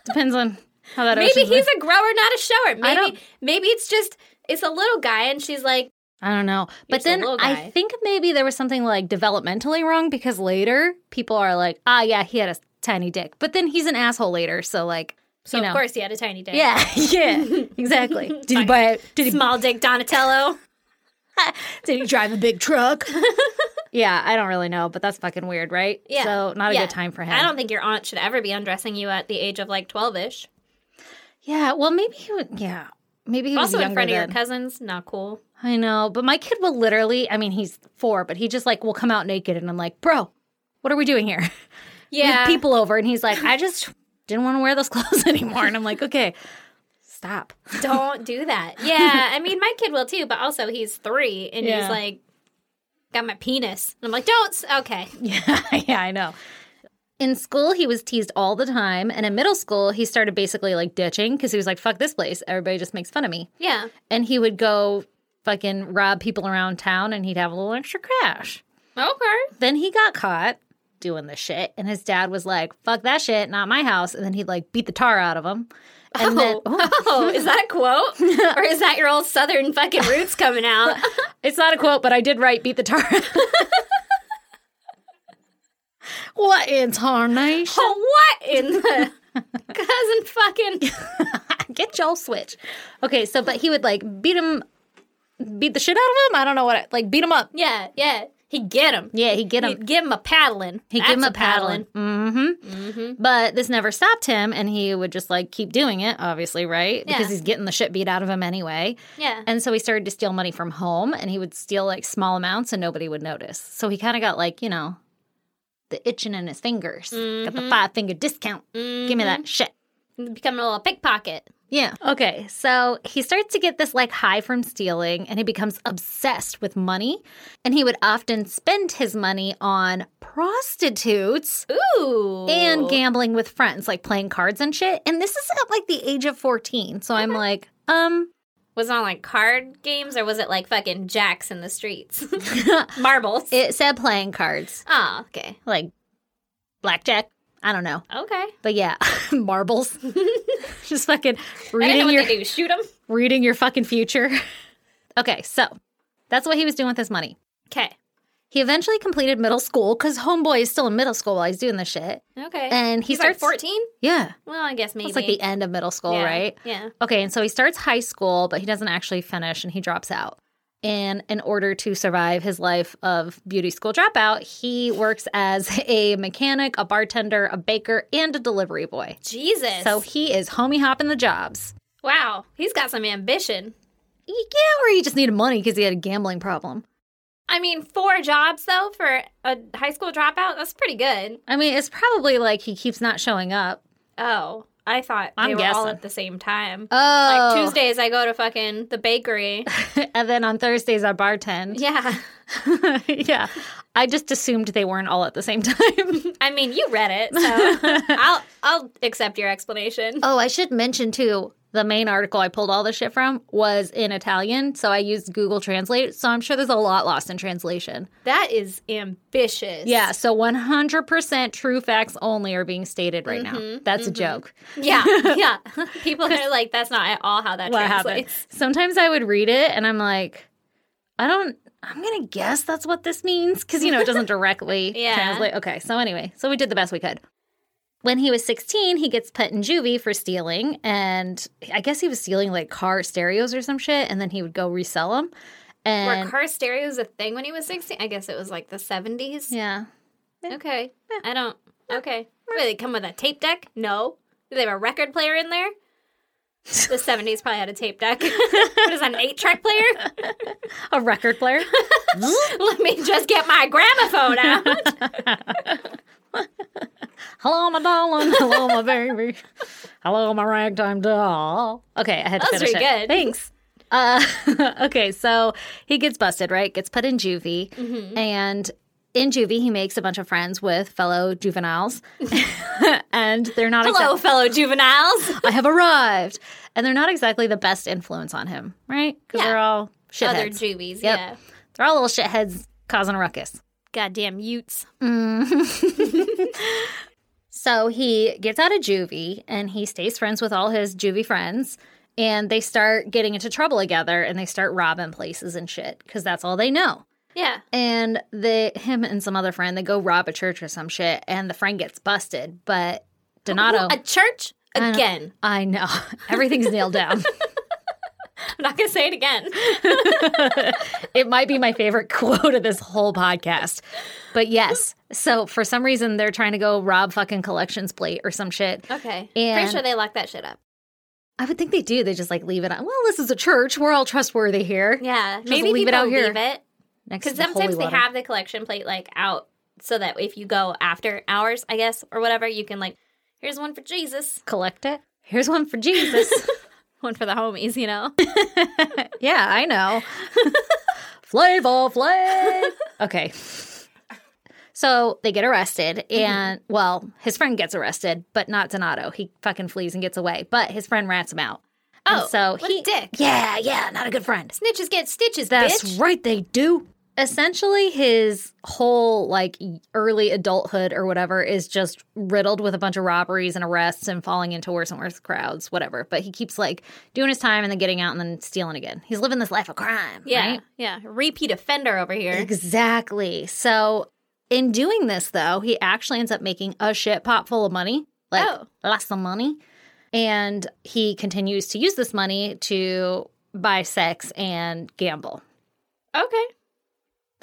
[SPEAKER 2] Depends on how that
[SPEAKER 1] maybe
[SPEAKER 2] ocean's
[SPEAKER 1] he's a grower, not a shower. Maybe,
[SPEAKER 2] don't-
[SPEAKER 1] maybe it's just, it's a little guy and she's like,
[SPEAKER 2] I don't know. But
[SPEAKER 1] just a
[SPEAKER 2] then
[SPEAKER 1] little
[SPEAKER 2] I
[SPEAKER 1] guy.
[SPEAKER 2] think maybe there was something like developmentally wrong because later people are like, ah, yeah, he had a tiny dick. But then he's an asshole later, so like
[SPEAKER 1] So
[SPEAKER 2] you
[SPEAKER 1] of
[SPEAKER 2] know.
[SPEAKER 1] course he had a tiny dick.
[SPEAKER 2] Yeah, yeah, exactly. Did he buy it? Did he,
[SPEAKER 1] Small dick Donatello.
[SPEAKER 2] did he drive a big truck? yeah, I don't really know, but that's fucking weird, right?
[SPEAKER 1] Yeah.
[SPEAKER 2] So not a
[SPEAKER 1] Yeah.
[SPEAKER 2] good time for him.
[SPEAKER 1] I don't think your aunt should ever be undressing you at the age of like 12 ish.
[SPEAKER 2] Yeah, well, maybe he would. Yeah, maybe he was
[SPEAKER 1] Also, in
[SPEAKER 2] younger
[SPEAKER 1] front of
[SPEAKER 2] then.
[SPEAKER 1] your cousins, not cool.
[SPEAKER 2] I know, but my kid will literally. I mean, he's four, but he just like will come out naked, and I'm like, bro, what are we doing here?
[SPEAKER 1] Yeah.
[SPEAKER 2] With people over, and he's like, I just didn't want to wear those clothes anymore, and I'm like, okay, stop.
[SPEAKER 1] don't do that. Yeah. I mean, my kid will too, but also he's three and
[SPEAKER 2] Yeah.
[SPEAKER 1] he's like, got my penis. And I'm like, don't. s- Okay.
[SPEAKER 2] Yeah, yeah, I know. In school, he was teased all the time, and in middle school, he started basically like ditching because he was like, fuck this place, everybody just makes fun of me,
[SPEAKER 1] Yeah.
[SPEAKER 2] and he would go fucking rob people around town, and he'd have a little extra cash.
[SPEAKER 1] Okay.
[SPEAKER 2] then he got caught doing the shit and his dad was like fuck that shit not my house and then he'd like beat the tar out of him and then
[SPEAKER 1] Oh, oh, is that a quote? or is that your old southern fucking roots coming out?
[SPEAKER 2] it's not a quote but i did write beat the tar out." what in tarnation
[SPEAKER 1] oh, what in the cousin fucking.
[SPEAKER 2] get y'all switch okay so but he would like beat him beat the shit out of him i don't know what like beat him up
[SPEAKER 1] Yeah. Yeah. He get him.
[SPEAKER 2] yeah he'd get him
[SPEAKER 1] He'd give him a paddling.
[SPEAKER 2] He gave
[SPEAKER 1] That's
[SPEAKER 2] him a paddling. Mm-hmm. But this never stopped him, and he would just like keep doing it, obviously, right? Because
[SPEAKER 1] Yeah.
[SPEAKER 2] he's getting the shit beat out of him anyway.
[SPEAKER 1] Yeah.
[SPEAKER 2] And so he started to steal money from home, and he would steal like small amounts, and nobody would notice. So he kind of got like you know, the itching in his fingers. Got the five finger discount. Give me that shit.
[SPEAKER 1] Becoming a little pickpocket.
[SPEAKER 2] Yeah. Okay. So he starts to get this like high from stealing and he becomes obsessed with money. And he would often spend his money on prostitutes
[SPEAKER 1] Ooh.
[SPEAKER 2] and gambling with friends, like playing cards and shit. And this is at like the age of 14. So I'm like, um,
[SPEAKER 1] was it on like card games or was it like fucking jacks in the streets? Marbles.
[SPEAKER 2] it said playing cards,
[SPEAKER 1] Ah, okay.
[SPEAKER 2] like blackjack. I don't know.
[SPEAKER 1] Okay.
[SPEAKER 2] But yeah, marbles. Just fucking
[SPEAKER 1] I didn't know
[SPEAKER 2] reading
[SPEAKER 1] what
[SPEAKER 2] your
[SPEAKER 1] they do. Shoot them?
[SPEAKER 2] reading your fucking future. okay, so that's what he was doing with his money.
[SPEAKER 1] Okay.
[SPEAKER 2] He eventually completed middle school because homeboy is still in middle school while he's doing this shit.
[SPEAKER 1] Okay.
[SPEAKER 2] And he
[SPEAKER 1] he's
[SPEAKER 2] starts
[SPEAKER 1] like 14?
[SPEAKER 2] Yeah,
[SPEAKER 1] Well, I guess maybe.
[SPEAKER 2] it's like the end of middle school,
[SPEAKER 1] yeah.
[SPEAKER 2] right?
[SPEAKER 1] Yeah.
[SPEAKER 2] Okay, and so he starts high school, but he doesn't actually finish and he drops out. And in order to survive his life of beauty school dropout, he works as a mechanic, a bartender, a baker, and a delivery boy.
[SPEAKER 1] Jesus.
[SPEAKER 2] So he is homie hopping the jobs.
[SPEAKER 1] wow. He's got some ambition.
[SPEAKER 2] Yeah, or he just needed money because he had a gambling problem.
[SPEAKER 1] I mean, four jobs though for a high school dropout? That's pretty good.
[SPEAKER 2] I mean, it's probably like he keeps not showing up.
[SPEAKER 1] Oh. I thought they
[SPEAKER 2] I'm
[SPEAKER 1] were all
[SPEAKER 2] guessing.
[SPEAKER 1] at the same time.
[SPEAKER 2] Oh,
[SPEAKER 1] Like Tuesdays, I go to fucking the bakery.
[SPEAKER 2] Tuesday. and then on Thursdays, I bartend.
[SPEAKER 1] yeah.
[SPEAKER 2] Yeah. I just assumed they weren't all at the same time.
[SPEAKER 1] I mean, you read it, so I'll I'll accept your explanation.
[SPEAKER 2] Oh, I should mention too, the main article I pulled all this shit from was in Italian, so I used Google Translate, so I'm sure there's a lot lost in translation.
[SPEAKER 1] That is ambitious.
[SPEAKER 2] Yeah, so 100% true facts only are being stated right now. That's a joke.
[SPEAKER 1] Yeah. Yeah. People are like, that's not at all how that
[SPEAKER 2] What happened?
[SPEAKER 1] translates.
[SPEAKER 2] Sometimes I would read it and I'm like, I don't I'm going to guess that's what this means cuz you know it doesn't directly
[SPEAKER 1] Yeah.
[SPEAKER 2] translate. Okay, so anyway, so we did the best we could. When he was 16, he gets put in juvie for stealing and I guess he was stealing like car stereos or some shit and then he would go resell them.
[SPEAKER 1] Were
[SPEAKER 2] And
[SPEAKER 1] car stereos a thing when he was 16? I guess it was like the 70s.
[SPEAKER 2] yeah.
[SPEAKER 1] Okay. I don't. Okay. What, did they come with a tape deck? No. Did they have a record player in there? The 70s probably had a tape deck. what is that, an eight track player?
[SPEAKER 2] A record player.
[SPEAKER 1] Let me just get my gramophone out.
[SPEAKER 2] Hello, my darling. Hello, my baby. Hello, my ragtime doll. Okay, I had to
[SPEAKER 1] That was
[SPEAKER 2] finish
[SPEAKER 1] pretty
[SPEAKER 2] it.
[SPEAKER 1] good.
[SPEAKER 2] Thanks. Uh, okay, so he gets busted, right? Gets put in juvie,
[SPEAKER 1] Mm-hmm.
[SPEAKER 2] and in juvie he makes a bunch of friends with fellow juveniles, and they're not.
[SPEAKER 1] Hello,
[SPEAKER 2] exact-
[SPEAKER 1] fellow juveniles.
[SPEAKER 2] I have arrived, and they're not exactly the best influence on him, right? Because
[SPEAKER 1] Yeah.
[SPEAKER 2] they're all shitheads.
[SPEAKER 1] Other juvies.
[SPEAKER 2] Yep.
[SPEAKER 1] Yeah.
[SPEAKER 2] they're all little shitheads causing a ruckus.
[SPEAKER 1] Goddamn utes.
[SPEAKER 2] So he gets out of juvie and he stays friends with all his juvie friends. And they start getting into trouble together and they start robbing places and shit because that's all they know.
[SPEAKER 1] Yeah.
[SPEAKER 2] and they him and some other friend they go rob a church or some shit and the friend gets busted but donato
[SPEAKER 1] A church
[SPEAKER 2] I know.
[SPEAKER 1] again.
[SPEAKER 2] I know everything's nailed down
[SPEAKER 1] I'm not gonna say it again.
[SPEAKER 2] it might be my favorite quote of this whole podcast but yes so for some reason they're trying to go rob fucking collections plate or some shit
[SPEAKER 1] Okay.
[SPEAKER 2] And-
[SPEAKER 1] Pretty sure they locked that shit up.
[SPEAKER 2] i would think they do they just like leave it on well this is a church we're all trustworthy here
[SPEAKER 1] Yeah.
[SPEAKER 2] Just
[SPEAKER 1] Maybe
[SPEAKER 2] leave it
[SPEAKER 1] people
[SPEAKER 2] out here.
[SPEAKER 1] leave it.
[SPEAKER 2] next to
[SPEAKER 1] Because
[SPEAKER 2] the holy
[SPEAKER 1] sometimes they
[SPEAKER 2] water.
[SPEAKER 1] have the collection plate like out so that if you go after hours, I guess, or whatever, you can like, here's one for Jesus.
[SPEAKER 2] collect it here's one for jesus
[SPEAKER 1] One for the homies, you know?
[SPEAKER 2] Yeah, I know. Flavor Flav. okay. So they get arrested, and well, his friend gets arrested, but not Donato. He fucking flees and gets away, but his friend rats him out. And
[SPEAKER 1] Oh,
[SPEAKER 2] so
[SPEAKER 1] what a
[SPEAKER 2] he,
[SPEAKER 1] dick.
[SPEAKER 2] Yeah, yeah, not a good friend.
[SPEAKER 1] Snitches get stitches,
[SPEAKER 2] That's
[SPEAKER 1] bitch.
[SPEAKER 2] right, they do. Essentially, his whole like early adulthood or whatever is just riddled with a bunch of robberies and arrests and falling into worse and worse crowds, whatever. But he keeps like doing his time and then getting out and then stealing again. He's living this life of crime,
[SPEAKER 1] Yeah.
[SPEAKER 2] right?
[SPEAKER 1] Yeah. Repeat offender over here.
[SPEAKER 2] Exactly. So, in doing this, though, he actually ends up making a shit pot full of money, like
[SPEAKER 1] Oh.
[SPEAKER 2] lots of money. And he continues to use this money to buy sex and gamble.
[SPEAKER 1] Okay.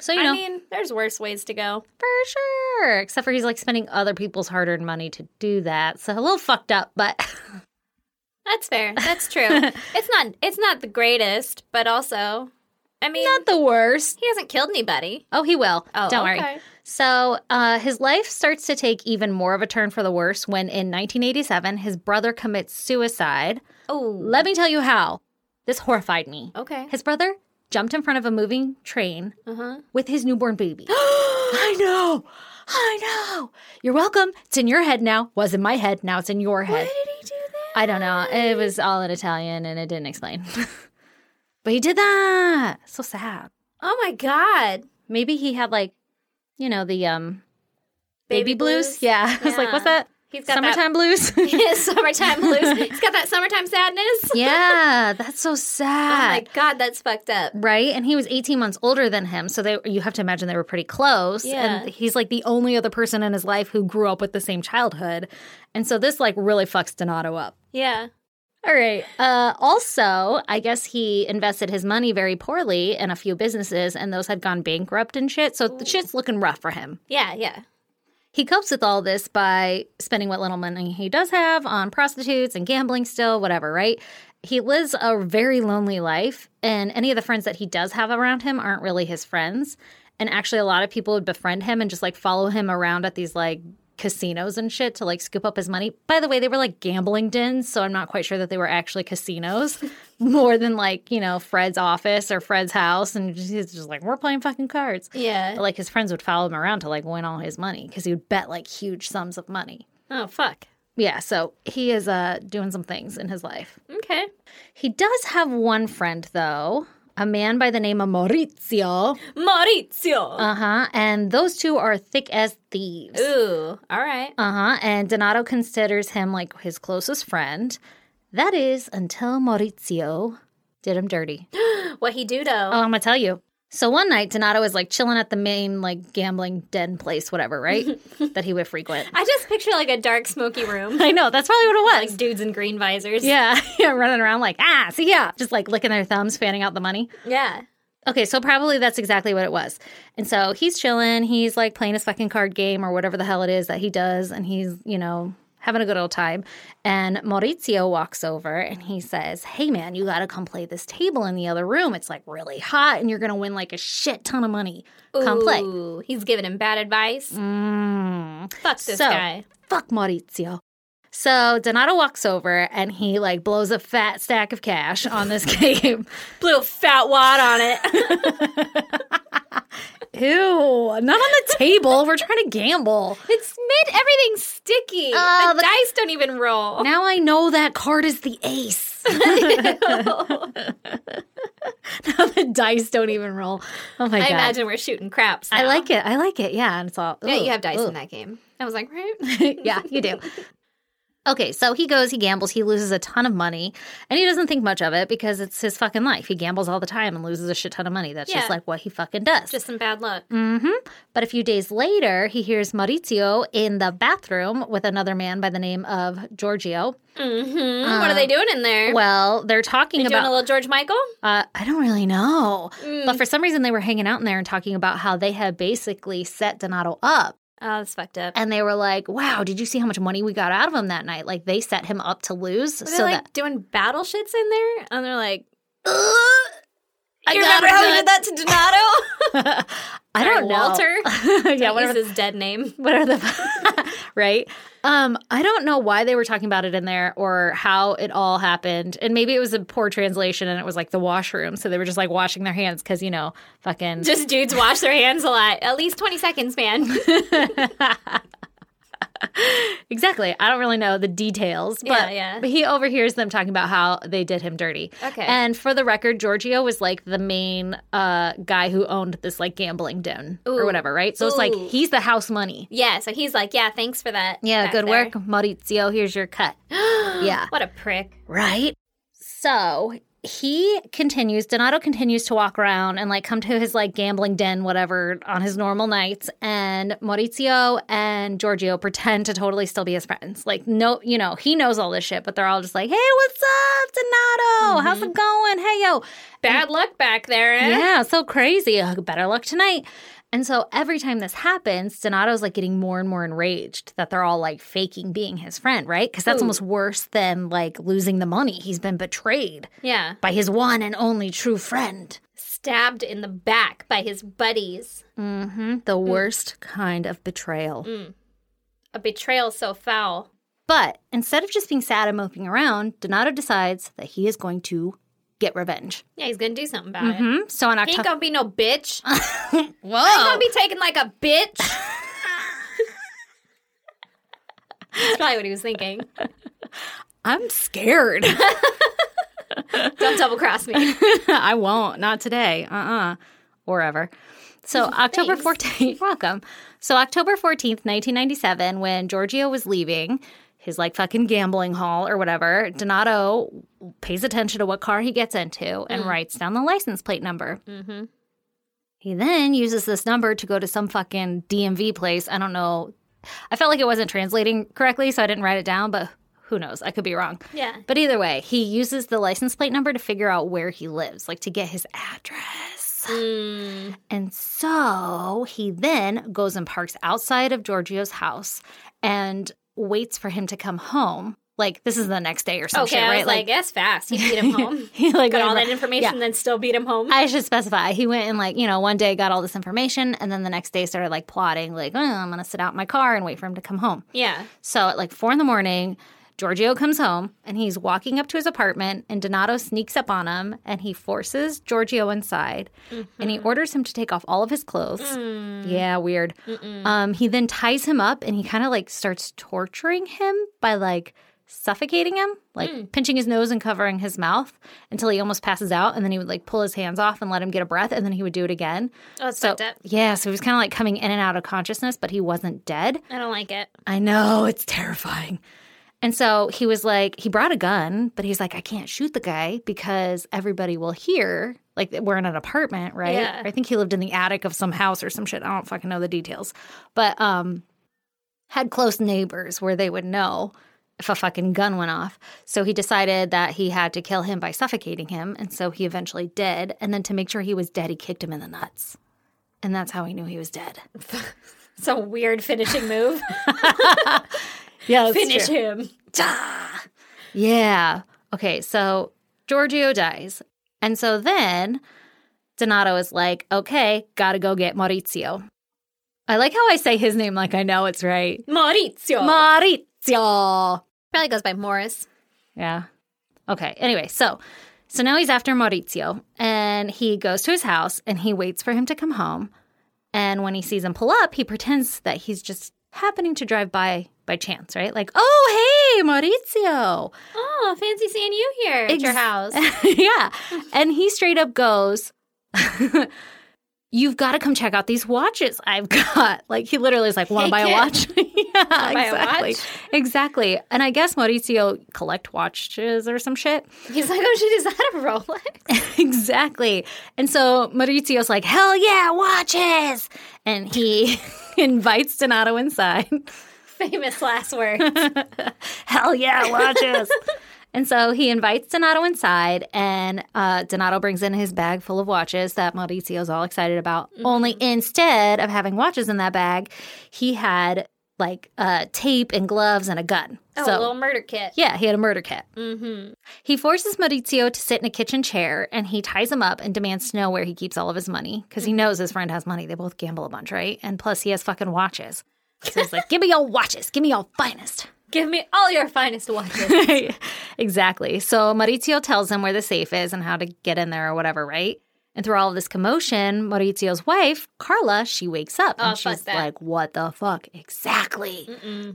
[SPEAKER 2] So, you
[SPEAKER 1] I
[SPEAKER 2] know.
[SPEAKER 1] mean, there's worse ways to go.
[SPEAKER 2] For sure. Except for he's like spending other people's hard earned money to do that. So a little fucked up, but
[SPEAKER 1] That's fair. That's true. it's not it's not the greatest, but also I mean
[SPEAKER 2] not the worst.
[SPEAKER 1] he hasn't killed anybody.
[SPEAKER 2] Oh, he will.
[SPEAKER 1] Oh,
[SPEAKER 2] Don't
[SPEAKER 1] okay.
[SPEAKER 2] worry. So uh, his life starts to take even more of a turn for the worse when in 1987, his brother commits suicide.
[SPEAKER 1] Oh.
[SPEAKER 2] Let me tell you how. This horrified me.
[SPEAKER 1] Okay.
[SPEAKER 2] His brother jumped in front of a moving train
[SPEAKER 1] Uh-huh.
[SPEAKER 2] with his newborn baby. I know. I know. You're welcome. It's in your head now. Was in my head. Now it's in your head.
[SPEAKER 1] he do that?
[SPEAKER 2] I don't know. It was all in Italian and it didn't explain. but he did that. So sad.
[SPEAKER 1] Oh my god.
[SPEAKER 2] Maybe he had like, you know, the um baby,
[SPEAKER 1] Baby
[SPEAKER 2] blues.
[SPEAKER 1] blues?
[SPEAKER 2] Yeah. I was like,
[SPEAKER 1] Yeah.
[SPEAKER 2] what's that?
[SPEAKER 1] He's got that
[SPEAKER 2] Summertime blues.
[SPEAKER 1] his summertime blues. He's got that summertime sadness.
[SPEAKER 2] yeah, that's so
[SPEAKER 1] Oh my
[SPEAKER 2] sad.
[SPEAKER 1] god, that's fucked up.
[SPEAKER 2] Right? And he was 18 months older than him. So they you have to imagine they were pretty close.
[SPEAKER 1] Yeah.
[SPEAKER 2] And he's like the only other person in his life who grew up with the same childhood. And so this like really fucks Donato up.
[SPEAKER 1] Yeah.
[SPEAKER 2] All right. Uh, also, I guess he invested his money very poorly in a few businesses, and those had gone bankrupt and shit. So the shit's looking rough for him.
[SPEAKER 1] Yeah, yeah.
[SPEAKER 2] He copes with all this by spending what little money he does have on prostitutes and gambling, still, whatever, right? He lives a very lonely life, and any of the friends that he does have around him aren't really his friends. And actually, a lot of people would befriend him and just like follow him around at these like casinos and shit to like scoop up his money. By the way, they were like gambling dens, so I'm not quite sure that they were actually casinos more than like, you know, Fred's office or Fred's house. And he's just like, we're playing fucking cards.
[SPEAKER 1] Yeah.
[SPEAKER 2] But, like his friends would follow him around to like win all his money because he would bet like huge sums of money.
[SPEAKER 1] Oh fuck.
[SPEAKER 2] Yeah, so he is uh doing some things in his life.
[SPEAKER 1] Okay.
[SPEAKER 2] He does have one friend though, a man by the name of Maurizio.
[SPEAKER 1] Maurizio.
[SPEAKER 2] Uh-huh. And those two are thick as thieves.
[SPEAKER 1] Ooh. All right.
[SPEAKER 2] Uh-huh. And Donato considers him like his closest friend. That is until Maurizio did him dirty.
[SPEAKER 1] What he do though?
[SPEAKER 2] Oh, I'm gonna tell you. So one night, Donato was like chilling at the main like gambling den place, whatever, right? that he would frequent.
[SPEAKER 1] I just picture like a dark smoky room.
[SPEAKER 2] I know. That's probably what it was.
[SPEAKER 1] like dudes in green visors.
[SPEAKER 2] yeah. Yeah. Running around like, ah, see, yeah. Just like licking their thumbs, fanning out the money.
[SPEAKER 1] Yeah.
[SPEAKER 2] Okay. So probably that's exactly what it was. And so he's chilling. He's like playing his fucking card game or whatever the hell it is that he does. And he's, you know, having a good old time. And Maurizio walks over and he says, hey, man, you got to come play this table in the other room. It's like really hot and you're going to win like a shit ton of money. Come play.
[SPEAKER 1] Ooh, He's giving him bad advice.
[SPEAKER 2] Mm.
[SPEAKER 1] Fuck this
[SPEAKER 2] So-
[SPEAKER 1] guy.
[SPEAKER 2] fuck Maurizio. So Donato walks over and he like blows a fat stack of cash on this game.
[SPEAKER 1] Blew a fat wad on it.
[SPEAKER 2] Ew, not on the table. We're trying to gamble.
[SPEAKER 1] it's made everything sticky.
[SPEAKER 2] Oh,
[SPEAKER 1] the, dice don't even roll.
[SPEAKER 2] Now I know that card is the ace. now the dice don't even roll. Oh my
[SPEAKER 1] I
[SPEAKER 2] god.
[SPEAKER 1] imagine we're shooting craps.
[SPEAKER 2] I
[SPEAKER 1] now.
[SPEAKER 2] like it. I like it. Yeah, and it's all
[SPEAKER 1] Yeah, you have dice
[SPEAKER 2] ugh,
[SPEAKER 1] in that game. I was like, right?
[SPEAKER 2] ugh. yeah, you do. Okay, so he goes, he gambles, he loses a ton of money, and he doesn't think much of it because it's his fucking life. He gambles all the time and loses a shit ton of money. That's just
[SPEAKER 1] Yeah.
[SPEAKER 2] like what he fucking does.
[SPEAKER 1] Just some bad luck.
[SPEAKER 2] Mm-hmm. But a few days later, he hears Maurizio in the bathroom with another man by the name of Giorgio.
[SPEAKER 1] Hmm, what are they doing in there?
[SPEAKER 2] Well, they're talking
[SPEAKER 1] doing a
[SPEAKER 2] about.
[SPEAKER 1] little Mm. George Michael?
[SPEAKER 2] Uh, I don't really know. But for some reason, they were hanging out in there and talking about how they had basically set Donato up.
[SPEAKER 1] Oh, that's fucked up.
[SPEAKER 2] And they were like, wow, did you see how much money we got out of him that night? Like, they set him up to lose.
[SPEAKER 1] Were they
[SPEAKER 2] so
[SPEAKER 1] like doing battle shits in there? And they're like,
[SPEAKER 2] that. I
[SPEAKER 1] you
[SPEAKER 2] got
[SPEAKER 1] remember how we
[SPEAKER 2] him
[SPEAKER 1] did that to Donato?
[SPEAKER 2] I don't know.
[SPEAKER 1] Walter?
[SPEAKER 2] yeah, whatever.
[SPEAKER 1] What is his dead name?
[SPEAKER 2] what are the right um i don't know why they were talking about it in there or how it all happened and maybe it was a poor translation and it was like the washroom so they were just like washing their hands because you know fucking
[SPEAKER 1] Just dudes wash their hands a lot. At least 20 seconds, man.
[SPEAKER 2] exactly i don't really know the details but,
[SPEAKER 1] Yeah, yeah.
[SPEAKER 2] but he overhears them talking about how they did him dirty
[SPEAKER 1] Okay.
[SPEAKER 2] and for the record giorgio was like the main uh guy who owned this like gambling den or
[SPEAKER 1] Ooh.
[SPEAKER 2] whatever right so it's like
[SPEAKER 1] Ooh.
[SPEAKER 2] he's the house money
[SPEAKER 1] yeah, so he's like, yeah, thanks for that.
[SPEAKER 2] yeah
[SPEAKER 1] back
[SPEAKER 2] good
[SPEAKER 1] there."
[SPEAKER 2] work maurizio here's your cut yeah
[SPEAKER 1] What a prick.
[SPEAKER 2] Right? So he continues, Donato continues to walk around and like come to his like gambling den, whatever, on his normal nights. And Maurizio and Giorgio pretend to totally still be his friends. Like, no, you know, he knows all this shit, but they're all just like, hey, what's up, Donato? How's it going? Hey, yo.
[SPEAKER 1] Bad luck back there. Eh?
[SPEAKER 2] Yeah, so crazy. Ugh, Better luck tonight. And so every time this happens, Donato's like getting more and more enraged that they're all like faking being his friend, right? Because that's almost worse than like losing the money. He's been betrayed
[SPEAKER 1] yeah.
[SPEAKER 2] by his one and only true friend.
[SPEAKER 1] Stabbed in the back by his buddies.
[SPEAKER 2] hmm The worst kind of betrayal.
[SPEAKER 1] A betrayal so foul.
[SPEAKER 2] But instead of just being sad and moping around, Donato decides that he is going to get revenge.
[SPEAKER 1] Yeah, he's gonna do something about it.
[SPEAKER 2] Mhm. So on
[SPEAKER 1] He ain't
[SPEAKER 2] October,
[SPEAKER 1] gonna be no bitch. I'm
[SPEAKER 2] whoa,
[SPEAKER 1] gonna be taken like a bitch. That's probably what he was thinking.
[SPEAKER 2] I'm scared.
[SPEAKER 1] Don't double cross me.
[SPEAKER 2] I won't. Not today. Uh uh Or ever. So October 14th, you're welcome. So October 14th, 1997, when Giorgio was leaving his like fucking gambling hall or whatever, Donato pays attention to what car he gets into and writes down the license plate number. He then uses this number to go to some fucking DMV place. I don't know. I felt like it wasn't translating correctly, so I didn't write it down, but who knows? I could be wrong.
[SPEAKER 1] Yeah.
[SPEAKER 2] But either way, he uses the license plate number to figure out where he lives, like to get his address.
[SPEAKER 1] Mm,
[SPEAKER 2] And so he then goes and parks outside of Giorgio's house and waits for him to come home. Like this is the next day or some
[SPEAKER 1] Okay,
[SPEAKER 2] shit,
[SPEAKER 1] I was
[SPEAKER 2] right?
[SPEAKER 1] like, that's fast. You beat him home.
[SPEAKER 2] he like
[SPEAKER 1] Got all
[SPEAKER 2] went-
[SPEAKER 1] that information, then still beat him home.
[SPEAKER 2] I should specify. He went and like, you know, one day got all this information and then the next day started like plotting, like, oh, I'm gonna sit out in my car and wait for him to come home.
[SPEAKER 1] yeah.
[SPEAKER 2] So at like four in the morning, Giorgio comes home and he's walking up to his apartment, and Donato sneaks up on him and he forces Giorgio inside and he orders him to take off all of his clothes. Yeah, weird. Um, he then ties him up and he kind of like starts torturing him by like suffocating him, like pinching his nose and covering his mouth until he almost passes out. And then he would like pull his hands off and let him get a breath, and then he would do it again.
[SPEAKER 1] Oh, it's
[SPEAKER 2] So,
[SPEAKER 1] fucked up.
[SPEAKER 2] yeah, so he was kind of like coming in and out of consciousness, but he wasn't dead.
[SPEAKER 1] I don't like it.
[SPEAKER 2] I know, it's terrifying. And so he was like, he brought a gun, but he's like, I can't shoot the guy because everybody will hear. Like, we're in an apartment, right?
[SPEAKER 1] Yeah.
[SPEAKER 2] I think he lived in the attic of some house or some shit. I don't fucking know the details. But um, had close neighbors where they would know if a fucking gun went off. So he decided that he had to kill him by suffocating him. And so he eventually did. And then to make sure he was dead, he kicked him in the nuts. And that's how he knew he was dead.
[SPEAKER 1] It's a weird finishing move.
[SPEAKER 2] Yeah,
[SPEAKER 1] Finish him.
[SPEAKER 2] Yeah. Okay, so Giorgio dies. And so then Donato is like, okay, gotta go get Maurizio. I like how I say his name like I know it's right.
[SPEAKER 1] Maurizio.
[SPEAKER 2] Maurizio.
[SPEAKER 1] Probably goes by Morris.
[SPEAKER 2] Yeah. Okay. Anyway, so so now he's after Maurizio and he goes to his house and he waits for him to come home. And when he sees him pull up, he pretends that he's just happening to drive by by chance, right? Like, "Oh, hey, Maurizio."
[SPEAKER 1] Oh, fancy seeing you here at your
[SPEAKER 2] Ex-
[SPEAKER 1] house.
[SPEAKER 2] yeah. And he straight up goes, You've got to come check out these watches I've got. Like, he literally is like, Want to
[SPEAKER 1] Hey,
[SPEAKER 2] buy a watch?
[SPEAKER 1] kid.
[SPEAKER 2] yeah,
[SPEAKER 1] buy a
[SPEAKER 2] exactly.
[SPEAKER 1] watch?
[SPEAKER 2] Exactly. And I guess Maurizio collect watches or some shit.
[SPEAKER 1] He's like, oh shit, is that a Rolex?
[SPEAKER 2] exactly. And so Maurizio's like, hell yeah, watches. And he invites Donato inside.
[SPEAKER 1] Famous last word.
[SPEAKER 2] hell yeah, watches. and so he invites Donato inside, and uh, Donato brings in his bag full of watches that Maurizio's all excited about.
[SPEAKER 1] Mm-hmm.
[SPEAKER 2] Only instead of having watches in that bag, he had like uh, tape and gloves and a gun.
[SPEAKER 1] Oh, a
[SPEAKER 2] so
[SPEAKER 1] little murder kit.
[SPEAKER 2] yeah, he had a murder kit.
[SPEAKER 1] Mm-hmm.
[SPEAKER 2] He forces Maurizio to sit in a kitchen chair and he ties him up and demands to know where he keeps all of his money because
[SPEAKER 1] Mm-hmm.
[SPEAKER 2] he knows his friend has money. They both gamble a bunch, right? And plus, he has fucking watches. So he's like, give me your watches, give me your finest.
[SPEAKER 1] Give me all your finest watches.
[SPEAKER 2] exactly. So Maurizio tells him where the safe is and how to get in there or whatever, right? And through all of this commotion, Maurizio's wife, Carla, she wakes up
[SPEAKER 1] Oh,
[SPEAKER 2] and
[SPEAKER 1] fuck
[SPEAKER 2] she's
[SPEAKER 1] that.
[SPEAKER 2] like, what the fuck? Exactly.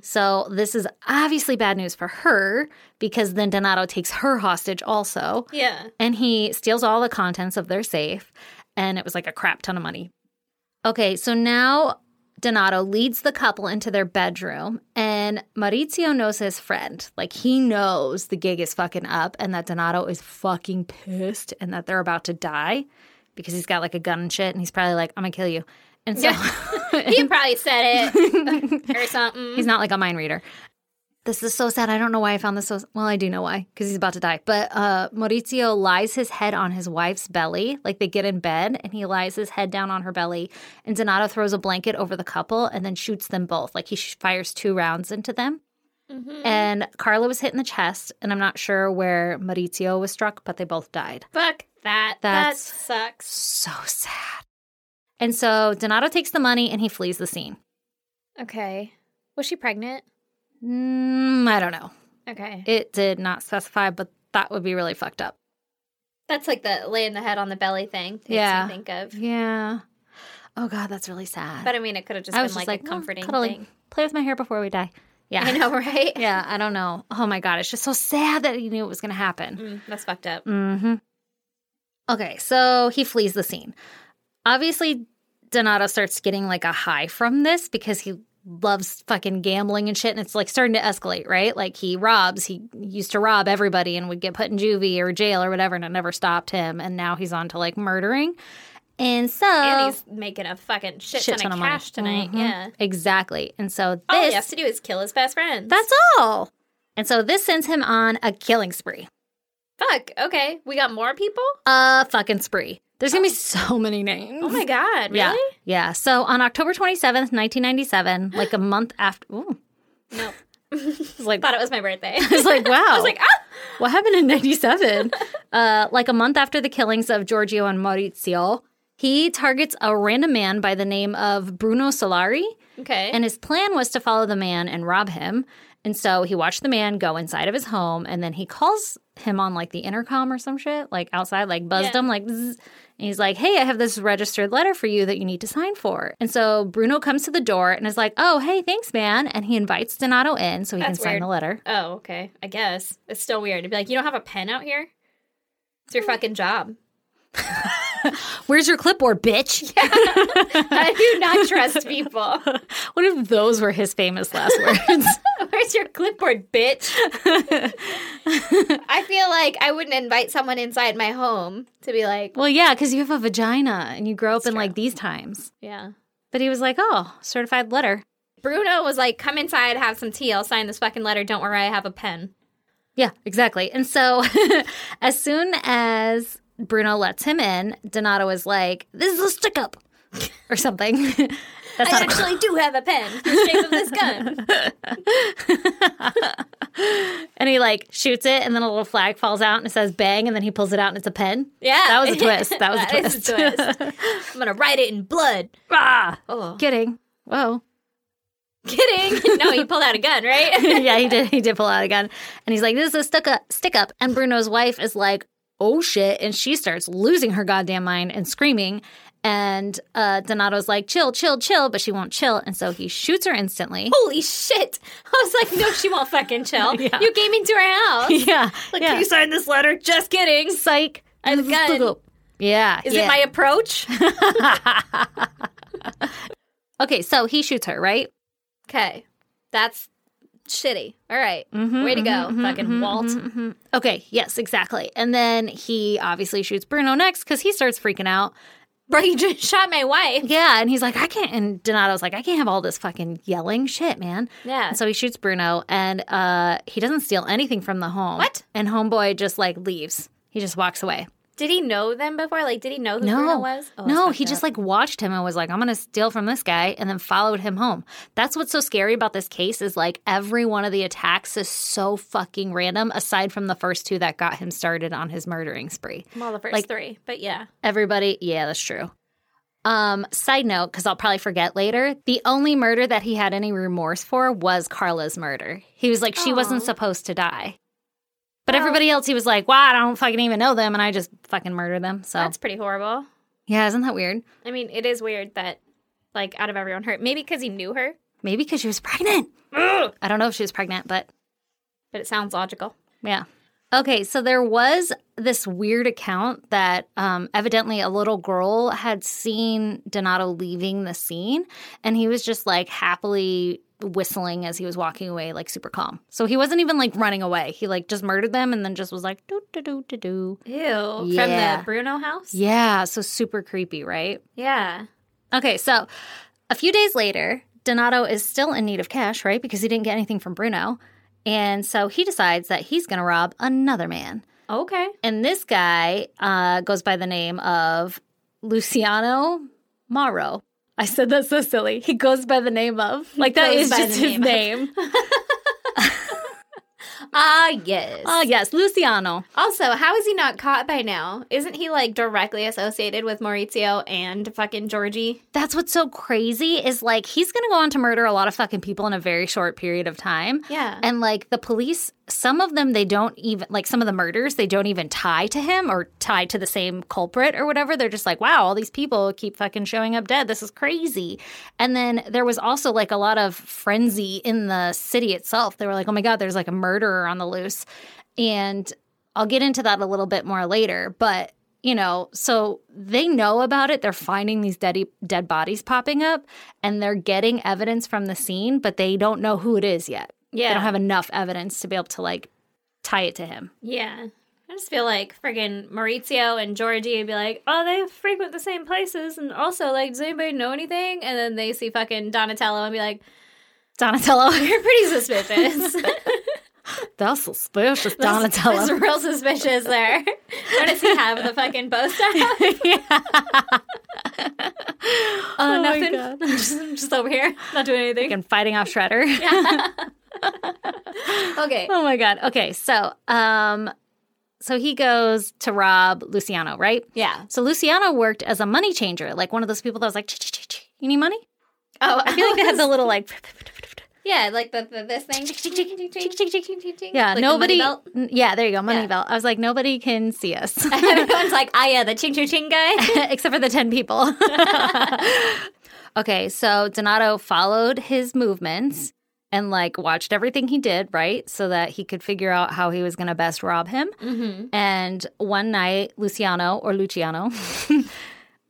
[SPEAKER 2] So this is obviously bad news for her because then Donato takes her hostage also.
[SPEAKER 1] yeah.
[SPEAKER 2] And he steals all the contents of their safe, and it was like a crap ton of money. Okay, so now Donato leads the couple into their bedroom, and Maurizio knows his friend. Like, he knows the gig is fucking up and that Donato is fucking pissed and that they're about to die because he's got like a gun and shit, and he's probably like, I'm gonna kill you. And so
[SPEAKER 1] He probably said it or something.
[SPEAKER 2] He's not like a mind reader. This is so sad. I don't know why I found this so. Well, I do know why because he's about to die. But uh, Maurizio lies his head on his wife's belly, like they get in bed, and he lies his head down on her belly. And Donato throws a blanket over the couple and then shoots them both. Like he sh- fires two rounds into them.
[SPEAKER 1] Mm-hmm.
[SPEAKER 2] And Carla was hit in the chest, and I'm not sure where Maurizio was struck, but they both died.
[SPEAKER 1] Fuck that.
[SPEAKER 2] That's-
[SPEAKER 1] that sucks.
[SPEAKER 2] So sad. And so Donato takes the money and he flees the scene.
[SPEAKER 1] Okay. Was she pregnant?
[SPEAKER 2] Mm, I don't know.
[SPEAKER 1] Okay.
[SPEAKER 2] It did not specify, but that would be really fucked up.
[SPEAKER 1] That's like the laying the head on the belly thing. Makes
[SPEAKER 2] Yeah.
[SPEAKER 1] Me think of.
[SPEAKER 2] Yeah. Oh God, that's really sad.
[SPEAKER 1] But I mean, it could have just
[SPEAKER 2] I
[SPEAKER 1] been
[SPEAKER 2] was
[SPEAKER 1] like,
[SPEAKER 2] just like,
[SPEAKER 1] a
[SPEAKER 2] "Mm, well,
[SPEAKER 1] comforting
[SPEAKER 2] cuddling.
[SPEAKER 1] thing.
[SPEAKER 2] Play with my hair before we die. Yeah.
[SPEAKER 1] I know, right?
[SPEAKER 2] Yeah, I don't know. Oh my God, it's just so sad that he knew it was going to happen.
[SPEAKER 1] Mm, that's fucked up.
[SPEAKER 2] Mm-hmm. Okay, so he flees the scene. Obviously, Donato starts getting like a high from this because he loves fucking gambling and shit, and it's like starting to escalate, right? Like he robs. He used to rob everybody and would get put in juvie or jail or whatever, and it never stopped him. And now he's on to like murdering. And so
[SPEAKER 1] And he's making a fucking shit,
[SPEAKER 2] Shit
[SPEAKER 1] ton,
[SPEAKER 2] ton of
[SPEAKER 1] of
[SPEAKER 2] money.
[SPEAKER 1] cash tonight.
[SPEAKER 2] Mhm.
[SPEAKER 1] Yeah. Oh,
[SPEAKER 2] exactly. And so this
[SPEAKER 1] All he has to do is kill his best friend.
[SPEAKER 2] that's all. And so this sends him on a killing spree.
[SPEAKER 1] Fuck. Okay. We got more people?
[SPEAKER 2] A fucking spree. There's gonna be so many names.
[SPEAKER 1] Oh my God.
[SPEAKER 2] Yeah.
[SPEAKER 1] Really?
[SPEAKER 2] Yeah. So on October 27th, 1997, like a month after, ooh,
[SPEAKER 1] No.
[SPEAKER 2] I was like, I
[SPEAKER 1] Thought it was my birthday.
[SPEAKER 2] was like, wow.
[SPEAKER 1] I was like, ah!
[SPEAKER 2] what happened in 97? uh, like a month after the killings of Giorgio and Maurizio, he targets a random man by the name of Bruno Solari.
[SPEAKER 1] Okay.
[SPEAKER 2] And his plan was to follow the man and rob him. And so he watched the man go inside of his home and then he calls him on like the intercom or some shit, like outside, like buzzed
[SPEAKER 1] Yeah.
[SPEAKER 2] him, like, zzz. and he's like, hey, I have this registered letter for you that you need to sign for. And so Bruno comes to the door and is like, oh, hey, thanks, man. And he invites Donato in so he
[SPEAKER 1] That's
[SPEAKER 2] can sign
[SPEAKER 1] weird.
[SPEAKER 2] the letter.
[SPEAKER 1] oh, okay. I guess. It's still weird to be like, you don't have a pen out here? It's your fucking job.
[SPEAKER 2] Where's your clipboard, bitch?
[SPEAKER 1] I do not trust people.
[SPEAKER 2] What if those were his famous last words?
[SPEAKER 1] Where's your clipboard, bitch? I feel like I wouldn't invite someone inside my home to be like,
[SPEAKER 2] well, yeah, because you have a vagina and you grow up in like these times.
[SPEAKER 1] yeah.
[SPEAKER 2] But he was like, oh, certified letter.
[SPEAKER 1] Bruno was like, come inside, have some tea. I'll sign this fucking letter. Don't worry, I have a pen.
[SPEAKER 2] Yeah, exactly. And so as soon as Bruno lets him in, Donato is like, this is a stick up or something. That's
[SPEAKER 1] I
[SPEAKER 2] not a-
[SPEAKER 1] actually do have a pen. The shape of this gun.
[SPEAKER 2] and he like shoots it and then a little flag falls out and it says bang and then he pulls it out and it's a pen.
[SPEAKER 1] Yeah.
[SPEAKER 2] That was a twist. That was a
[SPEAKER 1] That is
[SPEAKER 2] twist.
[SPEAKER 1] twist. I'm going to write it in blood.
[SPEAKER 2] ah,
[SPEAKER 1] Oh,
[SPEAKER 2] kidding. Whoa.
[SPEAKER 1] kidding. No, you pulled out a gun, right?
[SPEAKER 2] yeah, he did. He did pull out a gun, and he's like, "This is a stick up." Stick up, and Bruno's wife is like, "Oh shit!" And she starts losing her goddamn mind and screaming. And uh, Donato's like, "Chill, chill, chill," but she won't chill, and so he shoots her instantly.
[SPEAKER 1] Holy shit. I was like, no, she won't fucking chill.
[SPEAKER 2] Yeah.
[SPEAKER 1] You came into her house.
[SPEAKER 2] yeah,
[SPEAKER 1] Like,
[SPEAKER 2] yeah.
[SPEAKER 1] can you sign this letter? Just kidding.
[SPEAKER 2] Psych.
[SPEAKER 1] I have a gun.
[SPEAKER 2] Stick up. Yeah.
[SPEAKER 1] Is
[SPEAKER 2] yeah.
[SPEAKER 1] it my approach?
[SPEAKER 2] okay? So he shoots her, right?
[SPEAKER 1] Okay. That's shitty. All right.
[SPEAKER 2] Mm-hmm,
[SPEAKER 1] Way to go, fucking Walt.
[SPEAKER 2] Okay, yes, exactly. And then he obviously shoots Bruno next because he starts freaking out.
[SPEAKER 1] Bro, you just shot my wife.
[SPEAKER 2] Yeah, and he's like, I can't. And Donato's like, I can't have all this fucking yelling shit, man.
[SPEAKER 1] Yeah.
[SPEAKER 2] And so he shoots Bruno, and uh, he doesn't steal anything from the home.
[SPEAKER 1] What?
[SPEAKER 2] And homeboy just like leaves. He just walks away.
[SPEAKER 1] Did he know them before? Like, did he know who
[SPEAKER 2] No,
[SPEAKER 1] Bruno was? Oh,
[SPEAKER 2] no,
[SPEAKER 1] that's
[SPEAKER 2] he
[SPEAKER 1] fucked
[SPEAKER 2] just
[SPEAKER 1] up.
[SPEAKER 2] like watched him and was like, "I'm gonna steal from this guy," and then followed him home. That's what's so scary about this case is like every one of the attacks is so fucking random. Aside from the first two that got him started on his murdering spree,
[SPEAKER 1] well, the first
[SPEAKER 2] like- oh.
[SPEAKER 1] three, but yeah.
[SPEAKER 2] everybody, yeah, that's true. Um, side note, because I'll probably forget later, the only murder that he had any remorse for was Carla's murder. He was like, she wasn't
[SPEAKER 1] Aw.
[SPEAKER 2] supposed to die. But
[SPEAKER 1] Well-
[SPEAKER 2] everybody else, he was like, "Wow, I don't fucking even know them," and I just fucking murder them. So
[SPEAKER 1] That's pretty horrible.
[SPEAKER 2] yeah, isn't that weird?
[SPEAKER 1] I mean, it is weird that, like, out of everyone hurt, maybe because he knew her,
[SPEAKER 2] Maybe because she was pregnant. I don't know if she was pregnant, but
[SPEAKER 1] but it sounds logical.
[SPEAKER 2] yeah. Okay, so there was this weird account that um, evidently a little girl had seen Donato leaving the scene, and he was just like happily whistling as he was walking away, like super calm. So he wasn't even like running away. He like just murdered them and then just was like do do do do do.
[SPEAKER 1] Ew. From
[SPEAKER 2] Yeah.
[SPEAKER 1] the Bruno house?
[SPEAKER 2] Yeah, so super creepy, right?
[SPEAKER 1] Yeah.
[SPEAKER 2] Okay, so a few days later, Donato is still in need of cash, right? Because he didn't get anything from Bruno. And so he decides that he's going to rob another man.
[SPEAKER 1] Okay.
[SPEAKER 2] And this guy uh, goes by the name of Luciano Mauro. I said that so silly. He goes by the name of. Like, that
[SPEAKER 1] goes
[SPEAKER 2] is
[SPEAKER 1] by
[SPEAKER 2] just
[SPEAKER 1] the
[SPEAKER 2] his
[SPEAKER 1] name
[SPEAKER 2] name.
[SPEAKER 1] Ah, yes.
[SPEAKER 2] Oh, yes, Luciano.
[SPEAKER 1] also, how is he not caught by now? Isn't he, like, directly associated with Maurizio and fucking Georgie?
[SPEAKER 2] That's what's so crazy is like, he's going to go on to murder a lot of fucking people in a very short period of time.
[SPEAKER 1] Yeah.
[SPEAKER 2] And like the police, some of them they don't even like some of the murders they don't even tie to him or tie to the same culprit or whatever. They're just like, wow, all these people keep fucking showing up dead. This is crazy. And then there was also like a lot of frenzy in the city itself. They were like, oh my god, there's like a murderer on the loose, and I'll get into that a little bit more later, but. You know, so they know about it. They're finding these dead e, dead bodies popping up, and they're getting evidence from the scene, but they don't know who it is yet
[SPEAKER 1] yeah.
[SPEAKER 2] they don't have enough evidence to be able to like tie it to him.
[SPEAKER 1] Yeah. I just feel like friggin' Maurizio and Georgie would be like, oh, they frequent the same places. And also, like, does anybody know anything? And then they see fucking Donatello and be like,
[SPEAKER 2] Donatello,
[SPEAKER 1] you're pretty suspicious.
[SPEAKER 2] that's suspicious,
[SPEAKER 1] That's real suspicious there. What does he have? The fucking bow staff?
[SPEAKER 2] yeah.
[SPEAKER 1] Uh,
[SPEAKER 2] my
[SPEAKER 1] nothing.
[SPEAKER 2] God.
[SPEAKER 1] I'm just, I'm just over here, not doing anything.
[SPEAKER 2] And fighting off Shredder.
[SPEAKER 1] Okay.
[SPEAKER 2] Oh my god. Okay, so um, so he goes to rob Luciano, right?
[SPEAKER 1] Yeah.
[SPEAKER 2] So Luciano worked as a money changer, like one of those people that was like, "Ch- ch- ch- ch- "You need money?"
[SPEAKER 1] Oh,
[SPEAKER 2] I feel like they had the little like.
[SPEAKER 1] yeah, like the, the this thing.
[SPEAKER 2] Yeah,
[SPEAKER 1] Like the money
[SPEAKER 2] nobody.
[SPEAKER 1] belt.
[SPEAKER 2] N- Yeah, there you go, money
[SPEAKER 1] Yeah.
[SPEAKER 2] belt. I was like, nobody can see us.
[SPEAKER 1] Everyone's like, ah, yeah, the ching ching ching guy.
[SPEAKER 2] except for the 10 people. okay, so Donato followed his movements and like watched everything he did, right? So that he could figure out how he was going to best rob him. And one night, Luciano or Luciano.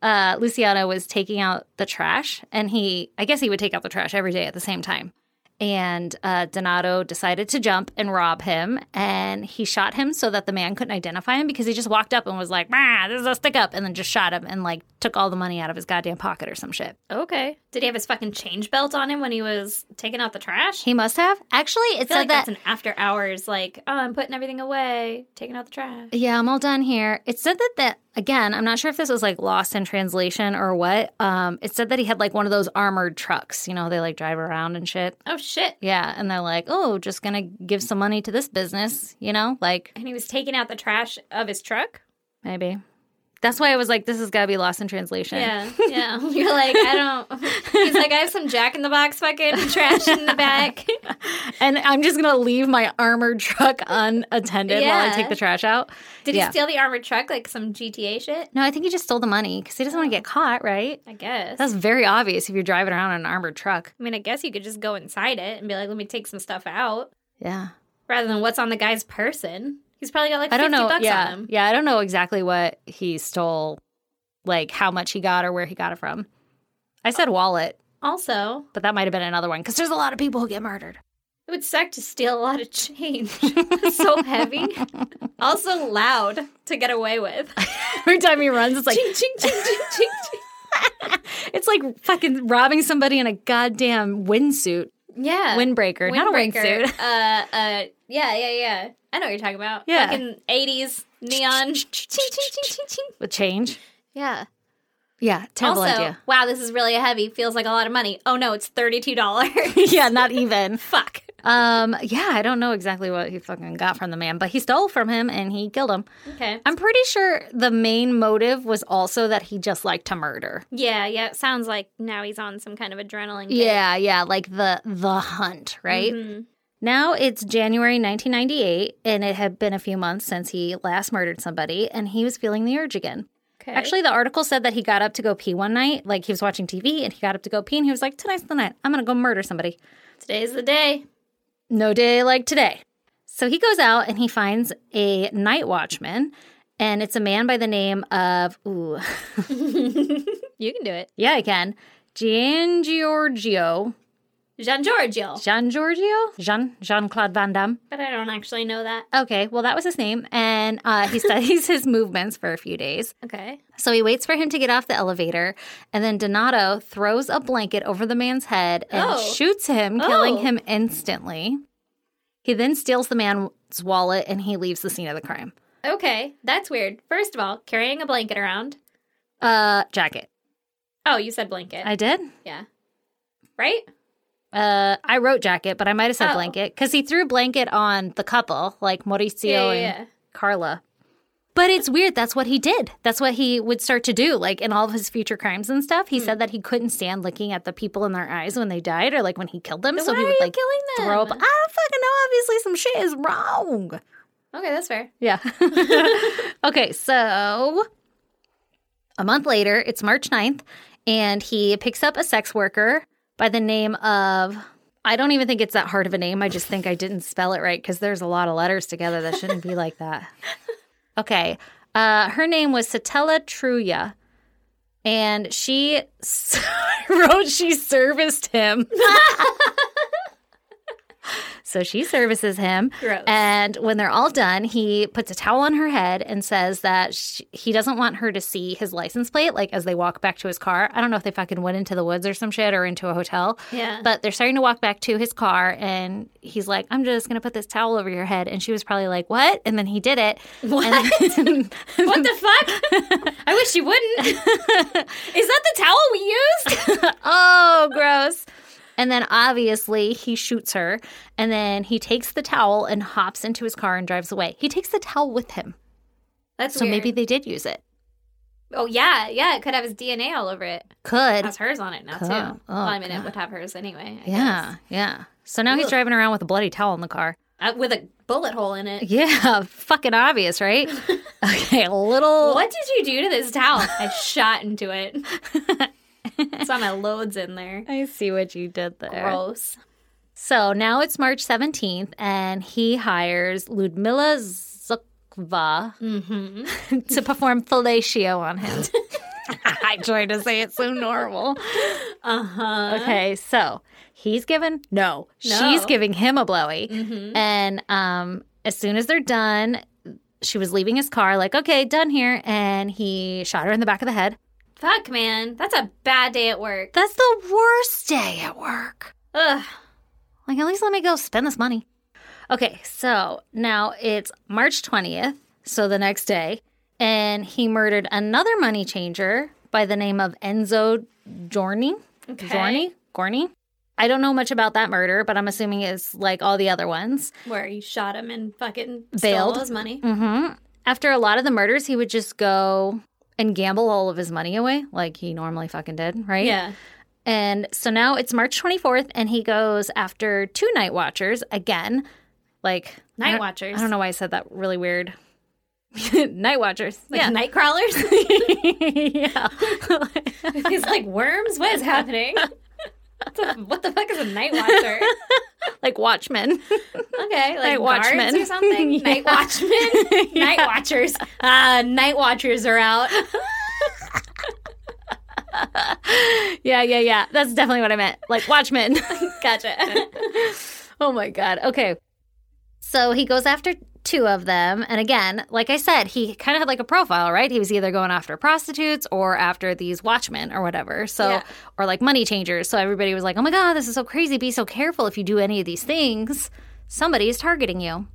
[SPEAKER 2] Uh, Luciano was taking out the trash, and he, I guess he would take out the trash every day at the same time. And uh, Donato decided to jump and rob him, and he shot him so that the man couldn't identify him because he just walked up and was like, "Ah, this is a stick up," and then just shot him and like took all the money out of his goddamn pocket or some shit.
[SPEAKER 1] Okay. Did he have his fucking change belt on him when he was taking out the trash?
[SPEAKER 2] He must have actually. It
[SPEAKER 1] I feel
[SPEAKER 2] said
[SPEAKER 1] like
[SPEAKER 2] that.
[SPEAKER 1] that's an after hours, like, oh, I'm putting everything away, taking out the trash.
[SPEAKER 2] yeah, I'm all done here. It said that that again. I'm not sure if this was like lost in translation or what. Um, it said that he had like one of those armored trucks. You know, they like drive around and shit.
[SPEAKER 1] Oh, shit.
[SPEAKER 2] Yeah, and they're like, "Oh, just gonna give some money to this business," you know, like
[SPEAKER 1] And he was taking out the trash of his truck?
[SPEAKER 2] maybe. That's why I was like, "This has got to be lost in translation."
[SPEAKER 1] Yeah, yeah. You're like, I don't. He's like, I have some Jack in the Box fucking trash in the back.
[SPEAKER 2] and I'm just gonna leave my armored truck unattended while I
[SPEAKER 1] Yeah.
[SPEAKER 2] take the trash out.
[SPEAKER 1] Did
[SPEAKER 2] yeah.
[SPEAKER 1] he steal the armored truck like some GTA shit?
[SPEAKER 2] No, I think he just stole the money because he doesn't want to get caught, right?
[SPEAKER 1] I guess.
[SPEAKER 2] That's very obvious if you're driving around in an armored truck.
[SPEAKER 1] I mean, I guess you could just go inside it and be like, let me take some stuff out,
[SPEAKER 2] Yeah,
[SPEAKER 1] rather than what's on the guy's person. He's probably got like
[SPEAKER 2] I don't
[SPEAKER 1] 50
[SPEAKER 2] know.
[SPEAKER 1] bucks
[SPEAKER 2] yeah,
[SPEAKER 1] on him.
[SPEAKER 2] yeah, I don't know exactly what he stole, like how much he got or where he got it from. I said wallet.
[SPEAKER 1] Also,
[SPEAKER 2] But that might have been another one because there's a lot of people who get murdered.
[SPEAKER 1] it would suck to steal a lot of change. It's so heavy. also loud to get away with.
[SPEAKER 2] Every time he runs, it's like
[SPEAKER 1] ching, ching, ching, ching, ching, ching.
[SPEAKER 2] it's like fucking robbing somebody in a goddamn windsuit,
[SPEAKER 1] Yeah.
[SPEAKER 2] windbreaker, not a
[SPEAKER 1] Windbreaker.
[SPEAKER 2] windsuit.
[SPEAKER 1] Uh, uh, yeah, yeah, yeah. I know what you're talking about.
[SPEAKER 2] Yeah.
[SPEAKER 1] Fucking 80s neon. ching, ching, ching, ching, ching.
[SPEAKER 2] With change,
[SPEAKER 1] Yeah.
[SPEAKER 2] yeah, terrible
[SPEAKER 1] also,
[SPEAKER 2] idea.
[SPEAKER 1] wow, this is really heavy. Feels like a lot of money. Oh no, it's $32.
[SPEAKER 2] yeah, not even.
[SPEAKER 1] Fuck.
[SPEAKER 2] Um, yeah, I don't know exactly what he fucking got from the man, but he stole from him and he killed him.
[SPEAKER 1] Okay.
[SPEAKER 2] I'm pretty sure the main motive was also that he just liked to murder.
[SPEAKER 1] Yeah, yeah. It sounds like now he's on some kind of adrenaline. kick.
[SPEAKER 2] Yeah, yeah, like the the hunt, right?
[SPEAKER 1] Mhm.
[SPEAKER 2] Now it's January 1998 and it had been a few months since he last murdered somebody and he was feeling the urge again.
[SPEAKER 1] Okay.
[SPEAKER 2] Actually, the article said that he got up to go pee one night, like he was watching TV and he got up to go pee and he was like, "Tonight's the night. I'm going to go murder somebody."
[SPEAKER 1] today's the day.
[SPEAKER 2] no day like today. So he goes out and he finds a night watchman, and it's a man by the name of, ooh,
[SPEAKER 1] You can do it.
[SPEAKER 2] yeah, I can, Gian Giorgio.
[SPEAKER 1] Jean Giorgio.
[SPEAKER 2] Gian Giorgio? Jean, Jean Claude Van Damme.
[SPEAKER 1] But I don't actually know that.
[SPEAKER 2] Okay, well, that was his name. And uh, he studies his movements for a few days.
[SPEAKER 1] Okay.
[SPEAKER 2] So he waits for him to get off the elevator, and then Donato throws a blanket over the man's head and
[SPEAKER 1] Oh.
[SPEAKER 2] shoots him, killing
[SPEAKER 1] Oh.
[SPEAKER 2] him instantly. He then steals the man's wallet and he leaves the scene of the crime.
[SPEAKER 1] Okay. That's weird. First of all, carrying a blanket around.
[SPEAKER 2] Uh, jacket.
[SPEAKER 1] Oh, you said blanket.
[SPEAKER 2] I did.
[SPEAKER 1] yeah. Right?
[SPEAKER 2] Uh, I wrote jacket, but I might have said
[SPEAKER 1] Oh.
[SPEAKER 2] blanket because he threw blanket on the couple, like Mauricio
[SPEAKER 1] Yeah, yeah,
[SPEAKER 2] and
[SPEAKER 1] yeah.
[SPEAKER 2] Carla. But it's weird. That's what he did. That's what he would start to do, like in all of his future crimes and stuff.
[SPEAKER 1] Hmm.
[SPEAKER 2] He said that he couldn't stand looking at the people in their eyes when they died or like when he killed them. so
[SPEAKER 1] Why
[SPEAKER 2] he
[SPEAKER 1] are
[SPEAKER 2] would
[SPEAKER 1] you
[SPEAKER 2] like
[SPEAKER 1] killing them?
[SPEAKER 2] throw up. I don't fucking know. Obviously, some shit is wrong.
[SPEAKER 1] Okay, that's fair.
[SPEAKER 2] Yeah. okay, so a month later, it's March 9th, and he picks up a sex worker by the name of. I don't even think it's that hard of a name. I just think I didn't spell it right because there's a lot of letters together that shouldn't be like that. Okay. Uh, her name was Satella Truya. And she s- wrote she serviced him. so she services him.
[SPEAKER 1] Gross.
[SPEAKER 2] And when they're all done, he puts a towel on her head and says that sh he doesn't want her to see his license plate, like as they walk back to his car. I don't know if they fucking went into the woods or some shit or into a hotel.
[SPEAKER 1] Yeah.
[SPEAKER 2] But they're starting to walk back to his car, and he's like, I'm just going to put this towel over your head. And she was probably like, What? And then he did it. What?
[SPEAKER 1] what the fuck? I wish you wouldn't. Is that the towel we used?
[SPEAKER 2] oh, gross. And then obviously he shoots her, and then he takes the towel and hops into his car and drives away. He takes the towel with him.
[SPEAKER 1] That's
[SPEAKER 2] So
[SPEAKER 1] weird.
[SPEAKER 2] maybe they did use it.
[SPEAKER 1] Oh yeah, yeah. It could have his DNA all over it.
[SPEAKER 2] Could.
[SPEAKER 1] It has hers on it now
[SPEAKER 2] Cool.
[SPEAKER 1] too.
[SPEAKER 2] Oh,
[SPEAKER 1] well, I mean,
[SPEAKER 2] God.
[SPEAKER 1] it would have hers anyway. I
[SPEAKER 2] Yeah, yeah. So now he's
[SPEAKER 1] Ugh.
[SPEAKER 2] driving around with a bloody towel in the car.
[SPEAKER 1] guess. Uh, with a bullet hole in it.
[SPEAKER 2] Yeah, fucking obvious, right? okay, a little.
[SPEAKER 1] What did you do to this towel? I shot into it. Saw my loads in there.
[SPEAKER 2] I see what you did there.
[SPEAKER 1] Gross.
[SPEAKER 2] So now it's March 17th, and he hires Ludmila Zukva
[SPEAKER 1] Mm-hmm.
[SPEAKER 2] to perform fellatio on him. I tried to say it so normal.
[SPEAKER 1] Uh huh.
[SPEAKER 2] Okay, so he's given no, she's giving him a blowy, and um, as soon as they're done, she was leaving his car, like okay, done here, and he shot her in the back of the head.
[SPEAKER 1] Fuck, man. That's a bad day at work.
[SPEAKER 2] That's the worst day at work.
[SPEAKER 1] Ugh.
[SPEAKER 2] Like at least let me go spend this money. Okay, so now it's March twentieth, so the next day, and he murdered another money changer by the name of Enzo Jorni.
[SPEAKER 1] Okay.
[SPEAKER 2] Zorny? Gorny? I don't know much about that murder, but I'm assuming it's like all the other ones.
[SPEAKER 1] Where you shot him and fucking stole
[SPEAKER 2] Bailed.
[SPEAKER 1] all his money.
[SPEAKER 2] Mm-hmm. After a lot of the murders, he would just go and gamble all of his money away, like he normally fucking did, right?
[SPEAKER 1] Yeah.
[SPEAKER 2] And so now it's March 24th, and he goes after two night watchers again, like I
[SPEAKER 1] Night
[SPEAKER 2] don't-
[SPEAKER 1] watchers.
[SPEAKER 2] I don't know why I said that really weird. night watchers.
[SPEAKER 1] Like
[SPEAKER 2] yeah.
[SPEAKER 1] night crawlers.
[SPEAKER 2] yeah.
[SPEAKER 1] He's like worms. What is happening? What the- What the fuck is a night watcher?
[SPEAKER 2] like watchmen.
[SPEAKER 1] Okay, like
[SPEAKER 2] Night
[SPEAKER 1] guards
[SPEAKER 2] watchmen.
[SPEAKER 1] or something.
[SPEAKER 2] Yeah.
[SPEAKER 1] Night watchmen, night watchers. Uh, night watchers are out.
[SPEAKER 2] yeah, yeah, yeah. That's definitely what I meant. Like Watchmen.
[SPEAKER 1] Gotcha.
[SPEAKER 2] oh my God. Okay. So he goes after two of them. And again, like I said, he kind of had like a profile, right? He was either going after prostitutes or after these watchmen or whatever. So,
[SPEAKER 1] Yeah.
[SPEAKER 2] or like money changers. So everybody was like, oh my God, this is so crazy. Be so careful if you do any of these things. Somebody is targeting you.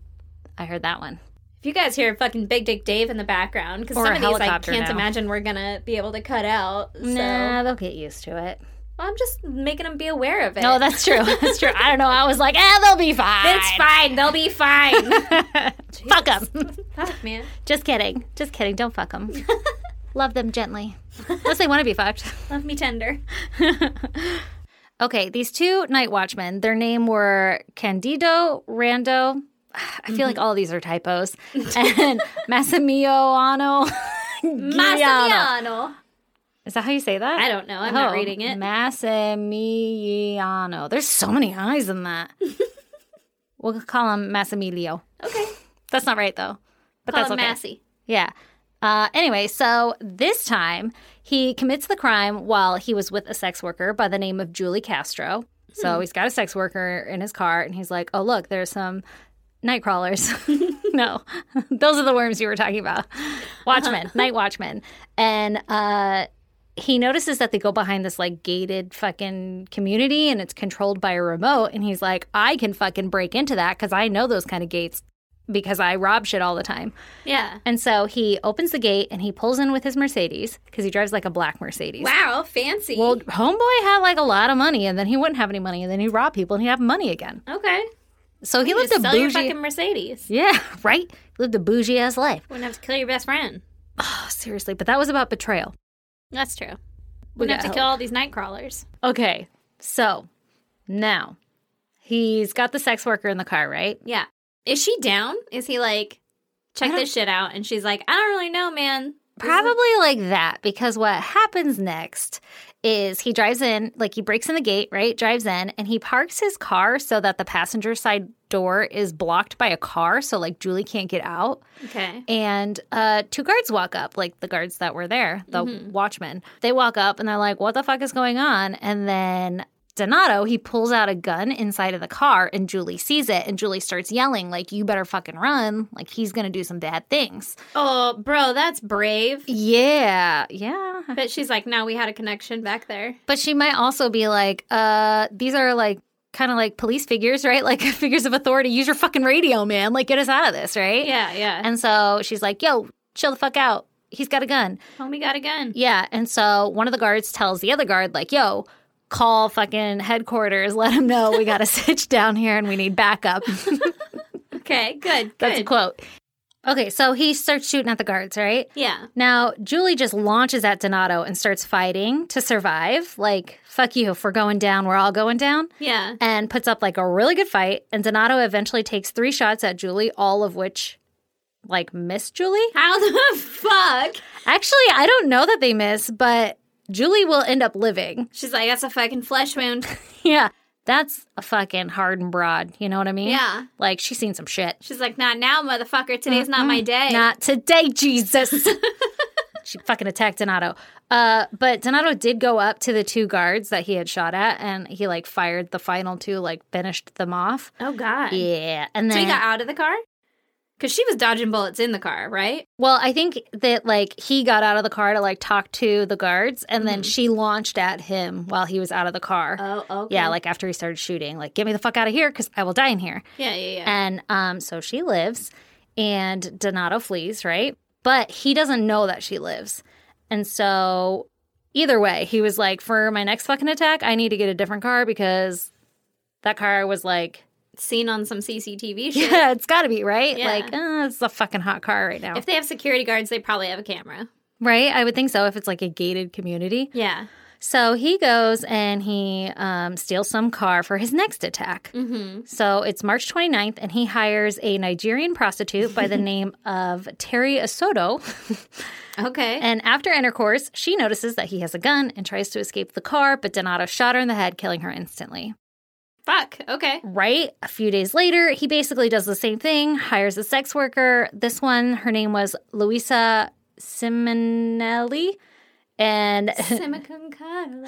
[SPEAKER 2] I heard that one.
[SPEAKER 1] if you guys hear fucking Big Dick Dave in the background, because
[SPEAKER 2] Or
[SPEAKER 1] some
[SPEAKER 2] a
[SPEAKER 1] of these I
[SPEAKER 2] helicopter
[SPEAKER 1] can't
[SPEAKER 2] now.
[SPEAKER 1] imagine we're gonna be able to cut out. So
[SPEAKER 2] Nah, they'll get used to it.
[SPEAKER 1] well, I'm just making them be aware of it.
[SPEAKER 2] No, that's true. That's true. I don't know. I was like, eh, they'll be fine.
[SPEAKER 1] it's fine. They'll be fine.
[SPEAKER 2] Fuck them.
[SPEAKER 1] Fuck, man.
[SPEAKER 2] Just kidding. Just kidding. Don't fuck them. Love them gently. Unless they want to be fucked.
[SPEAKER 1] Love me tender.
[SPEAKER 2] Okay, these two night watchmen, their name were Candido Rando. I feel
[SPEAKER 1] Mm-hmm.
[SPEAKER 2] like all of these are typos. And Massimiliano. Giuliano.
[SPEAKER 1] Massimiliano.
[SPEAKER 2] Is that how you say that?
[SPEAKER 1] I don't know. I'm not
[SPEAKER 2] Oh,
[SPEAKER 1] reading it.
[SPEAKER 2] Massimiliano. There's so many eyes in that. we'll call him Massimilio.
[SPEAKER 1] Okay.
[SPEAKER 2] That's not right though. But
[SPEAKER 1] Call
[SPEAKER 2] that's
[SPEAKER 1] him
[SPEAKER 2] okay.
[SPEAKER 1] Massey.
[SPEAKER 2] Yeah. Uh, anyway, so this time he commits the crime while he was with a sex worker by the name of Julie Castro. So he's got a sex worker in his car, and he's like, "Oh look, there's some night crawlers." no, those are the worms you were talking about. Watchmen, night watchmen, and uh, he notices that they go behind this like gated fucking community, and it's controlled by a remote. And he's like, "I can fucking break into that because I know those kind of gates because I rob shit all the time."
[SPEAKER 1] Yeah.
[SPEAKER 2] And so he opens the gate and he pulls in with his Mercedes because he drives like a black Mercedes.
[SPEAKER 1] Wow, fancy.
[SPEAKER 2] Well, homeboy had like a lot of money and then he wouldn't have any money and then he'd rob people and he'd have money again.
[SPEAKER 1] okay.
[SPEAKER 2] So he
[SPEAKER 1] You
[SPEAKER 2] lived
[SPEAKER 1] just
[SPEAKER 2] a
[SPEAKER 1] sell your
[SPEAKER 2] bougie.
[SPEAKER 1] fucking Mercedes.
[SPEAKER 2] Yeah, right? Lived a bougie ass life.
[SPEAKER 1] Wouldn't have to kill your best friend.
[SPEAKER 2] Oh, seriously. But that was about betrayal.
[SPEAKER 1] That's true.
[SPEAKER 2] We
[SPEAKER 1] Wouldn't have to
[SPEAKER 2] got
[SPEAKER 1] kill all these night crawlers.
[SPEAKER 2] Okay. So now he's got the sex worker in the car, right?
[SPEAKER 1] Yeah. Is she down? Is he like, check
[SPEAKER 2] I don't-
[SPEAKER 1] this shit out? And she's like, I don't really know, man. This is-
[SPEAKER 2] Probably like that because what happens next is he drives in, like he breaks in the gate, right? Drives in and he parks his car so that the passenger side door is blocked by a car. So, like, Julie can't get out.
[SPEAKER 1] Okay.
[SPEAKER 2] And uh, two guards walk up, like the guards that were there, the watchmen. They walk up and they're like, what the fuck is going on? And then Donato, he pulls out a gun inside of the car and Julie sees it. And Julie starts yelling, like, you better fucking run. Like, he's going to do some bad things.
[SPEAKER 1] Oh, bro, that's brave.
[SPEAKER 2] Yeah. Yeah.
[SPEAKER 1] But she's like, no, we had a connection back there.
[SPEAKER 2] But she might also be like, uh, these are like kind of like police figures, right? Like figures of authority. Use your fucking radio, man. Like, get us out of this, right?
[SPEAKER 1] Yeah, yeah.
[SPEAKER 2] And so she's like, yo, chill the fuck out. He's got a gun.
[SPEAKER 1] Homie got a gun.
[SPEAKER 2] Yeah. And so one of the guards tells the other guard, like, yo, call fucking headquarters. Let him know we got a sitch down here and we need backup.
[SPEAKER 1] Okay, good,
[SPEAKER 2] That's a
[SPEAKER 1] good.
[SPEAKER 2] quote. Okay. So he starts shooting at the guards, right?
[SPEAKER 1] Yeah.
[SPEAKER 2] Now, Julie just launches at Donato and starts fighting to survive. Like, fuck you, if we're going down, we're all going down.
[SPEAKER 1] Yeah.
[SPEAKER 2] And puts up like a really good fight. And Donato eventually takes three shots at Julie, all of which like miss Julie.
[SPEAKER 1] How the fuck?
[SPEAKER 2] Actually, I don't know that they miss, but Julie will end up living.
[SPEAKER 1] She's like, that's a fucking flesh wound.
[SPEAKER 2] yeah. That's a fucking hardened broad. You know what I mean?
[SPEAKER 1] Yeah.
[SPEAKER 2] Like, she's seen some shit.
[SPEAKER 1] She's like, not now, motherfucker. Today's not my day.
[SPEAKER 2] Not today, Jesus. she fucking attacked Donato. Uh, but Donato did go up to the two guards that he had shot at, and he like fired the final two, like finished them off.
[SPEAKER 1] oh, God.
[SPEAKER 2] Yeah, and
[SPEAKER 1] So
[SPEAKER 2] then
[SPEAKER 1] he got out of the car? Because she was dodging bullets in the car, right?
[SPEAKER 2] well, I think that like he got out of the car to like talk to the guards, and then she launched at him while he was out of the car.
[SPEAKER 1] Mm-hmm. Oh, okay.
[SPEAKER 2] Yeah, like after he started shooting, like get me the fuck out of here because I will die in here.
[SPEAKER 1] yeah, yeah, yeah.
[SPEAKER 2] And um, so she lives, and Donato flees, right? But he doesn't know that she lives. And so, either way, he was like, for my next fucking attack, I need to get a different car because that car was like,
[SPEAKER 1] Seen on some CCTV shit.
[SPEAKER 2] yeah, it's gotta be, right?
[SPEAKER 1] Yeah.
[SPEAKER 2] Like, uh, it's a fucking hot car right now.
[SPEAKER 1] If they have security guards, they probably have a camera.
[SPEAKER 2] right? I would think so if it's like a gated community.
[SPEAKER 1] Yeah.
[SPEAKER 2] So he goes and he um, steals some car for his next attack.
[SPEAKER 1] Mm-hmm.
[SPEAKER 2] So it's March 29th, and he hires a Nigerian prostitute by the name of Terry Asoto.
[SPEAKER 1] Okay.
[SPEAKER 2] And after intercourse, she notices that he has a gun and tries to escape the car, but Donato shot her in the head, killing her instantly.
[SPEAKER 1] Fuck. Okay.
[SPEAKER 2] Right? A few days later, he basically does the same thing, hires a sex worker. This one, her name was Luisa Simonelli. And
[SPEAKER 1] Semiconcuddle.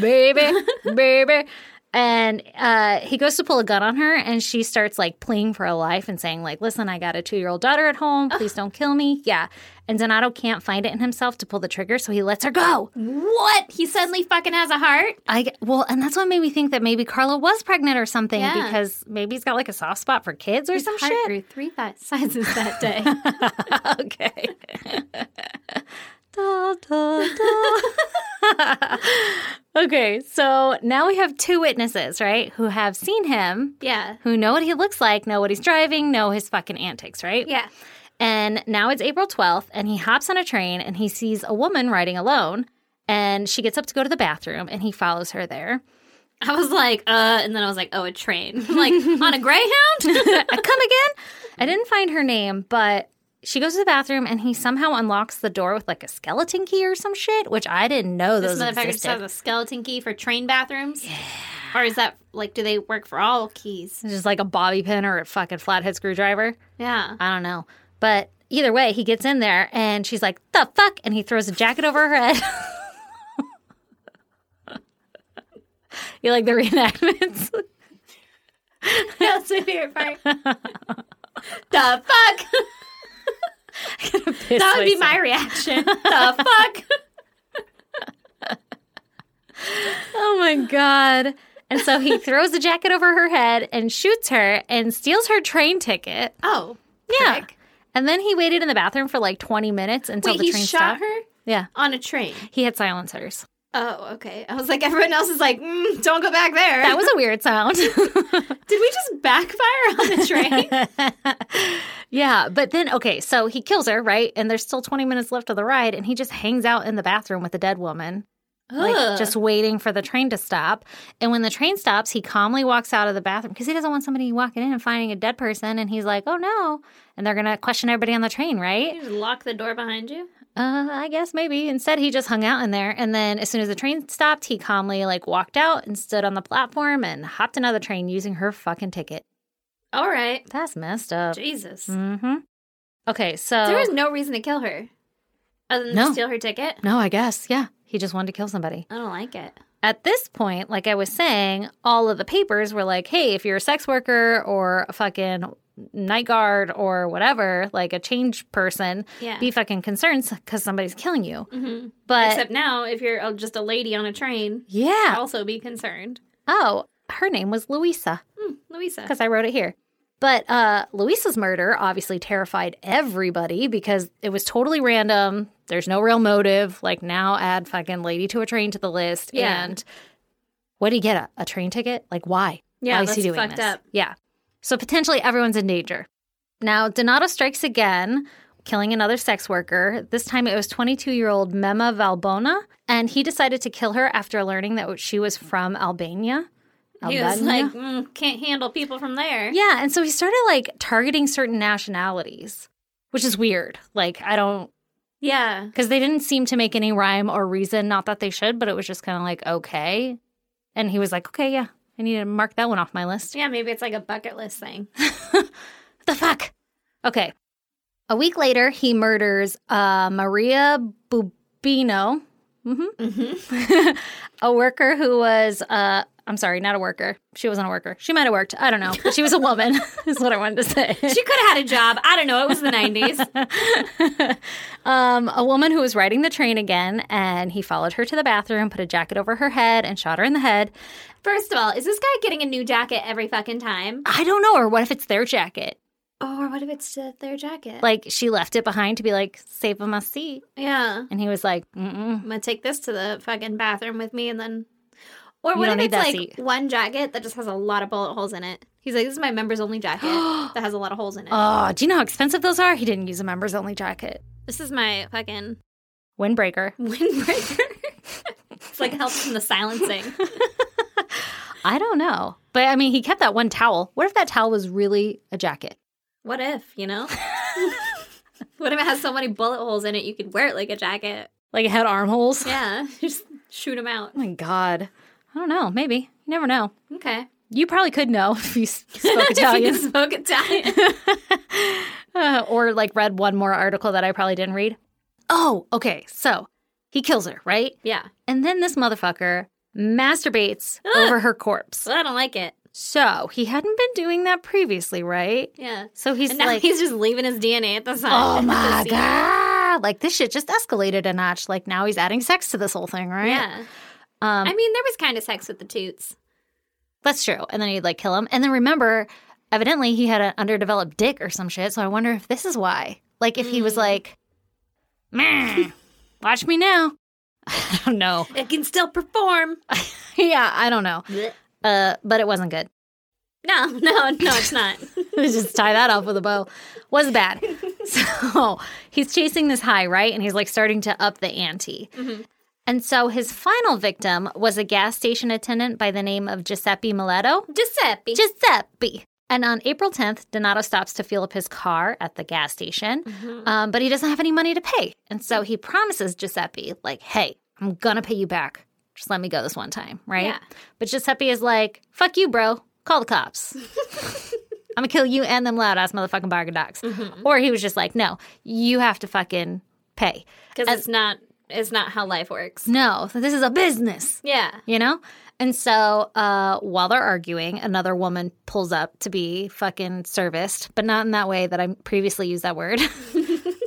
[SPEAKER 2] baby, baby. And uh, he goes to pull a gun on her, and she starts like pleading for her life and saying, like, listen, I got a two year old daughter at home. Please don't kill me. Yeah. And Donato can't find it in himself to pull the trigger, so he lets her go.
[SPEAKER 1] what? He suddenly fucking has a heart?
[SPEAKER 2] I well, and that's what made me think that maybe Carla was pregnant or something
[SPEAKER 1] Yeah.
[SPEAKER 2] because maybe he's got like a soft spot for kids or
[SPEAKER 1] His
[SPEAKER 2] some
[SPEAKER 1] heart
[SPEAKER 2] shit.
[SPEAKER 1] grew three th- sizes that day.
[SPEAKER 2] okay. Da, da, da. okay, so now we have two witnesses, right, who have seen him,
[SPEAKER 1] yeah.
[SPEAKER 2] who know what he looks like, know what he's driving, know his fucking antics, right?
[SPEAKER 1] Yeah.
[SPEAKER 2] And now it's April 12th, and he hops on a train and he sees a woman riding alone, and she gets up to go to the bathroom, and he follows her there.
[SPEAKER 1] I was like, uh, and then I was like, oh, a train. like, on a Greyhound?
[SPEAKER 2] I come again? I didn't find her name, but she goes to the bathroom and he somehow unlocks the door with like a skeleton key or some shit, which I didn't know
[SPEAKER 1] this
[SPEAKER 2] those
[SPEAKER 1] motherfucker just has
[SPEAKER 2] existed.
[SPEAKER 1] a skeleton key for train bathrooms? Yeah. Or is that, like, do they work for all keys?
[SPEAKER 2] It's just like a bobby pin or a fucking flathead screwdriver.
[SPEAKER 1] Yeah.
[SPEAKER 2] I don't know. But either way, he gets in there and she's like, the fuck? And he throws a jacket over her head. you like the reenactments?
[SPEAKER 1] That's my favorite part. the fuck? That would be my reaction. the fuck?
[SPEAKER 2] Oh my God. And so he throws the jacket over her head and shoots her and steals her train ticket.
[SPEAKER 1] Oh.
[SPEAKER 2] Yeah. And then he waited in the bathroom for like 20 minutes until
[SPEAKER 1] Wait,
[SPEAKER 2] the
[SPEAKER 1] he
[SPEAKER 2] train
[SPEAKER 1] shot
[SPEAKER 2] stopped.
[SPEAKER 1] her
[SPEAKER 2] Yeah.
[SPEAKER 1] on a train.
[SPEAKER 2] He had silencers.
[SPEAKER 1] Oh, okay. I was like, everyone else is like, mm, don't go back there.
[SPEAKER 2] That was a weird sound.
[SPEAKER 1] Did we just backfire on the train?
[SPEAKER 2] yeah. But then, okay, so he kills her, right? And there's still 20 minutes left of the ride. And he just hangs out in the bathroom with a dead woman, like
[SPEAKER 1] Ugh.
[SPEAKER 2] just waiting for the train to stop. And when the train stops, he calmly walks out of the bathroom because he doesn't want somebody walking in and finding a dead person. And he's like, oh no. And they're going to question everybody on the train, right?
[SPEAKER 1] You just lock the door behind you.
[SPEAKER 2] Uh, I guess maybe. Instead, he just hung out in there, and then as soon as the train stopped, he calmly like walked out and stood on the platform and hopped another train using her fucking ticket.
[SPEAKER 1] All right.
[SPEAKER 2] That's messed up.
[SPEAKER 1] Jesus.
[SPEAKER 2] Mm-hmm. Okay, so
[SPEAKER 1] There was no reason to kill her other than
[SPEAKER 2] No.
[SPEAKER 1] to steal her ticket.
[SPEAKER 2] no, I guess yeah, he just wanted to kill somebody.
[SPEAKER 1] I don't like it.
[SPEAKER 2] At this point, like I was saying, all of the papers were like, "Hey, if you're a sex worker or a fucking night guard or whatever, like a change person,
[SPEAKER 1] Yeah.
[SPEAKER 2] be fucking concerned because somebody's killing you."
[SPEAKER 1] Mhm.
[SPEAKER 2] But
[SPEAKER 1] Except now, if you're uh, just a lady on a train,
[SPEAKER 2] yeah,
[SPEAKER 1] also be concerned.
[SPEAKER 2] oh, her name was Louisa.
[SPEAKER 1] Hmm, Louisa.
[SPEAKER 2] because I wrote it here. But uh, Luisa's murder obviously terrified everybody because it was totally random. There's no real motive. Like now, add fucking lady to a train to the list.
[SPEAKER 1] Yeah.
[SPEAKER 2] And what do you get? A, a train ticket? Like why?
[SPEAKER 1] Yeah,
[SPEAKER 2] why is he
[SPEAKER 1] that's
[SPEAKER 2] doing
[SPEAKER 1] fucked
[SPEAKER 2] this?
[SPEAKER 1] up.
[SPEAKER 2] Yeah. So potentially everyone's in danger. Now Donato strikes again, killing another sex worker. This time it was 22-year-old Mema Valbona, and he decided to kill her after learning that she was from Albania.
[SPEAKER 1] He was
[SPEAKER 2] Albania?
[SPEAKER 1] like, mm, can't handle people from there.
[SPEAKER 2] Yeah, and so he started like targeting certain nationalities, which is weird. Like I don't
[SPEAKER 1] Yeah.
[SPEAKER 2] because they didn't seem to make any rhyme or reason. Not that they should, but it was just kind of like okay. And he was like, okay, yeah, I need to mark that one off my list.
[SPEAKER 1] Yeah, maybe it's like a bucket list thing.
[SPEAKER 2] the fuck? Okay. A week later, he murders uh, Maria Bubino, Mm-hmm. a worker who was, uh, I'm sorry, not a worker. She wasn't a worker. She might have worked. I don't know. But she was a woman, is what I wanted to say.
[SPEAKER 1] She could have had a job. I don't know. It was the 90s.
[SPEAKER 2] um, a woman who was riding the train again, and he followed her to the bathroom, put a jacket over her head, and shot her in the head.
[SPEAKER 1] First of all, is this guy getting a new jacket every fucking time?
[SPEAKER 2] I don't know, or what if it's their jacket?
[SPEAKER 1] Or what if it's uh, their jacket?
[SPEAKER 2] Like she left it behind to be like, save him a seat.
[SPEAKER 1] yeah.
[SPEAKER 2] And he was like, mm-mm.
[SPEAKER 1] I'm going to take this to the fucking bathroom with me and then. Or
[SPEAKER 2] You
[SPEAKER 1] what if
[SPEAKER 2] don't need
[SPEAKER 1] it's
[SPEAKER 2] that
[SPEAKER 1] like
[SPEAKER 2] seat.
[SPEAKER 1] one jacket that just has a lot of bullet holes in it? He's like, this is my members only jacket that has a lot of holes in it.
[SPEAKER 2] Oh, do you know how expensive those are? He didn't use a members only jacket.
[SPEAKER 1] this is my fucking
[SPEAKER 2] Windbreaker.
[SPEAKER 1] windbreaker. it's like helps in the silencing.
[SPEAKER 2] I don't know. But I mean, he kept that one towel. What if that towel was really a jacket?
[SPEAKER 1] What if, you know? what if it has so many bullet holes in it you could wear it like a jacket?
[SPEAKER 2] Like it had armholes?
[SPEAKER 1] Yeah, just shoot them out.
[SPEAKER 2] Oh my God. I don't know. Maybe. You never know.
[SPEAKER 1] Okay.
[SPEAKER 2] You probably could know if you s- spoke
[SPEAKER 1] If you
[SPEAKER 2] Italian.
[SPEAKER 1] can smoke Italian.
[SPEAKER 2] Uh, or like read one more article that I probably didn't read. Oh, okay. So he kills her, right?
[SPEAKER 1] Yeah.
[SPEAKER 2] And then this motherfucker masturbates over her corpse.
[SPEAKER 1] So I don't like it.
[SPEAKER 2] So he hadn't been doing that previously, right?
[SPEAKER 1] Yeah.
[SPEAKER 2] So he's
[SPEAKER 1] And now
[SPEAKER 2] like,
[SPEAKER 1] he's just leaving his DNA at the side.
[SPEAKER 2] oh my
[SPEAKER 1] At the scene.
[SPEAKER 2] God. Like this shit just escalated a notch. Like now he's adding sex to this whole thing, right?
[SPEAKER 1] Yeah.
[SPEAKER 2] Um,
[SPEAKER 1] I mean, there was kind of sex with the toots.
[SPEAKER 2] That's true. And then he'd like kill him. And then remember, evidently he had an underdeveloped dick or some shit. So I wonder if this is why. Like if he was like, "Meh, watch me now. I don't know.
[SPEAKER 1] It can still perform.
[SPEAKER 2] yeah, I don't know.
[SPEAKER 1] no,
[SPEAKER 2] Uh, but it wasn't good.
[SPEAKER 1] no, no, it's not.
[SPEAKER 2] Let's just tie that off with a bow. Was bad. So he's chasing this high, right? And he's like starting to up the ante. And so his final victim was a gas station attendant by the name of Giuseppe Mileto.
[SPEAKER 1] Giuseppe.
[SPEAKER 2] Giuseppe. And on April 10th, Donato stops to fill up his car at the gas station, um, but he doesn't have any money to pay. And so he promises Giuseppe, like, hey, I'm gonna pay you back. Just let me go this one time, right?
[SPEAKER 1] Yeah.
[SPEAKER 2] But Giuseppe is like, fuck you, bro. Call the cops. I'm gonna kill you and them loud ass motherfucking bargain dogs. Or he was just like, no, you have to fucking pay.
[SPEAKER 1] Because it's not. It's not how life works.
[SPEAKER 2] No, this is a business
[SPEAKER 1] Yeah.
[SPEAKER 2] you know? And so uh, while they're arguing, another woman pulls up to be fucking serviced, but not in that way that I previously used that word.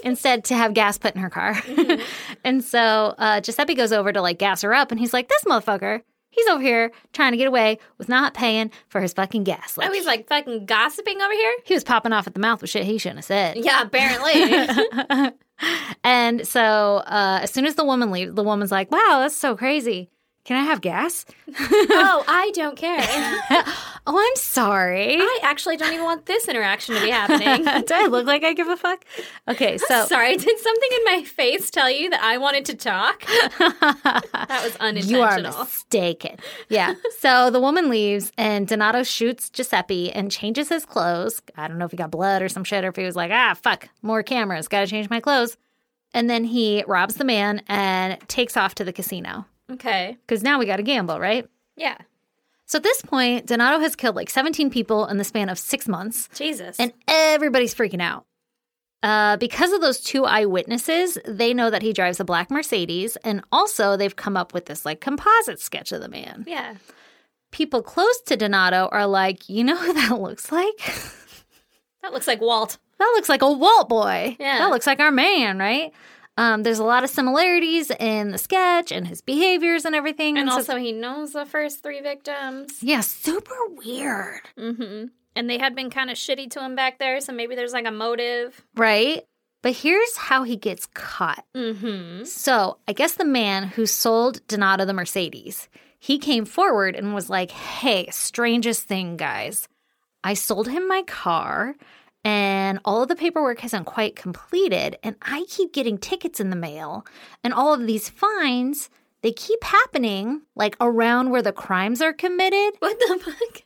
[SPEAKER 2] Instead, to have gas put in her car.
[SPEAKER 1] Mm-hmm.
[SPEAKER 2] and so uh, Giuseppe goes over to like gas her up and he's like, this motherfucker, he's over here trying to get away with not paying for his fucking gas. Like,
[SPEAKER 1] Oh, he's like fucking gossiping over here.
[SPEAKER 2] he was popping off at the mouth with shit he shouldn't have said.
[SPEAKER 1] Yeah, apparently.
[SPEAKER 2] And so uh, as soon as the woman leaves, the woman's like, wow, that's so crazy. Can I have gas?
[SPEAKER 1] oh, I don't care.
[SPEAKER 2] Oh, I'm sorry.
[SPEAKER 1] I actually don't even want this interaction to be happening.
[SPEAKER 2] Do I look like I give a fuck? Okay, so
[SPEAKER 1] Sorry, did something in my face tell you that I wanted to talk? that was
[SPEAKER 2] you are
[SPEAKER 1] unintentional.
[SPEAKER 2] mistaken. Yeah. so the woman leaves, and Donato shoots Giuseppe and changes his clothes. I don't know if he got blood or some shit, or if he was like, ah, fuck, more cameras, gotta change my clothes. And then he robs the man and takes off to the casino
[SPEAKER 1] okay.
[SPEAKER 2] because now we gotta gamble, right?
[SPEAKER 1] Yeah.
[SPEAKER 2] So at this point, Donato has killed like 17 people in the span of six months.
[SPEAKER 1] Jesus.
[SPEAKER 2] And everybody's freaking out. Uh, because of those two eyewitnesses, they know that he drives a black Mercedes, and also they've come up with this like composite sketch of the man.
[SPEAKER 1] yeah.
[SPEAKER 2] People close to Donato are like, you know who that looks like?
[SPEAKER 1] That looks like Walt.
[SPEAKER 2] that looks like a Walt boy.
[SPEAKER 1] Yeah.
[SPEAKER 2] That looks like our man, right? Um, there's a lot of similarities in the sketch and his behaviors and everything.
[SPEAKER 1] And
[SPEAKER 2] so-
[SPEAKER 1] also, he knows the first three victims.
[SPEAKER 2] yeah, super weird.
[SPEAKER 1] Mm-hmm. And they had been kind of shitty to him back there, so maybe there's like a motive.
[SPEAKER 2] Right? But here's how he gets caught.
[SPEAKER 1] Mm-hmm.
[SPEAKER 2] So I guess the man who sold Donato the Mercedes, he came forward and was like, "Hey, strangest thing, guys, I sold him my car." And all of the paperwork isn't quite completed, and I keep getting tickets in the mail, and all of these fines, they keep happening like around where the crimes are committed
[SPEAKER 1] What the fuck?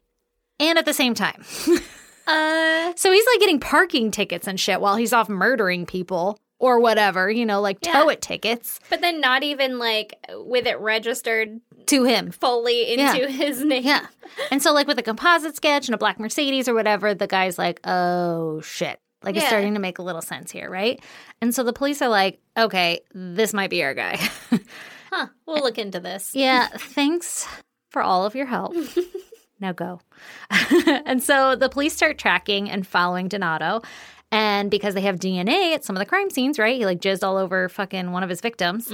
[SPEAKER 2] and at the same time.
[SPEAKER 1] Uh,
[SPEAKER 2] So he's like getting parking tickets and shit while he's off murdering people or whatever, you know, like
[SPEAKER 1] Yeah.
[SPEAKER 2] tow it tickets
[SPEAKER 1] but then not even like with it registered
[SPEAKER 2] to him.
[SPEAKER 1] fully into
[SPEAKER 2] Yeah.
[SPEAKER 1] his name.
[SPEAKER 2] Yeah. And so, like, with a composite sketch and a black Mercedes or whatever, the guy's like, oh, shit. Like, it's
[SPEAKER 1] Yeah.
[SPEAKER 2] starting to make a little sense here, right? And so the police are like, okay, this might be our guy.
[SPEAKER 1] Huh. We'll look into this.
[SPEAKER 2] yeah. Thanks for all of your help. Now go. and so the police start tracking and following Donato. And because they have DNA at some of the crime scenes, right? He like jizzed all over fucking one of his victims.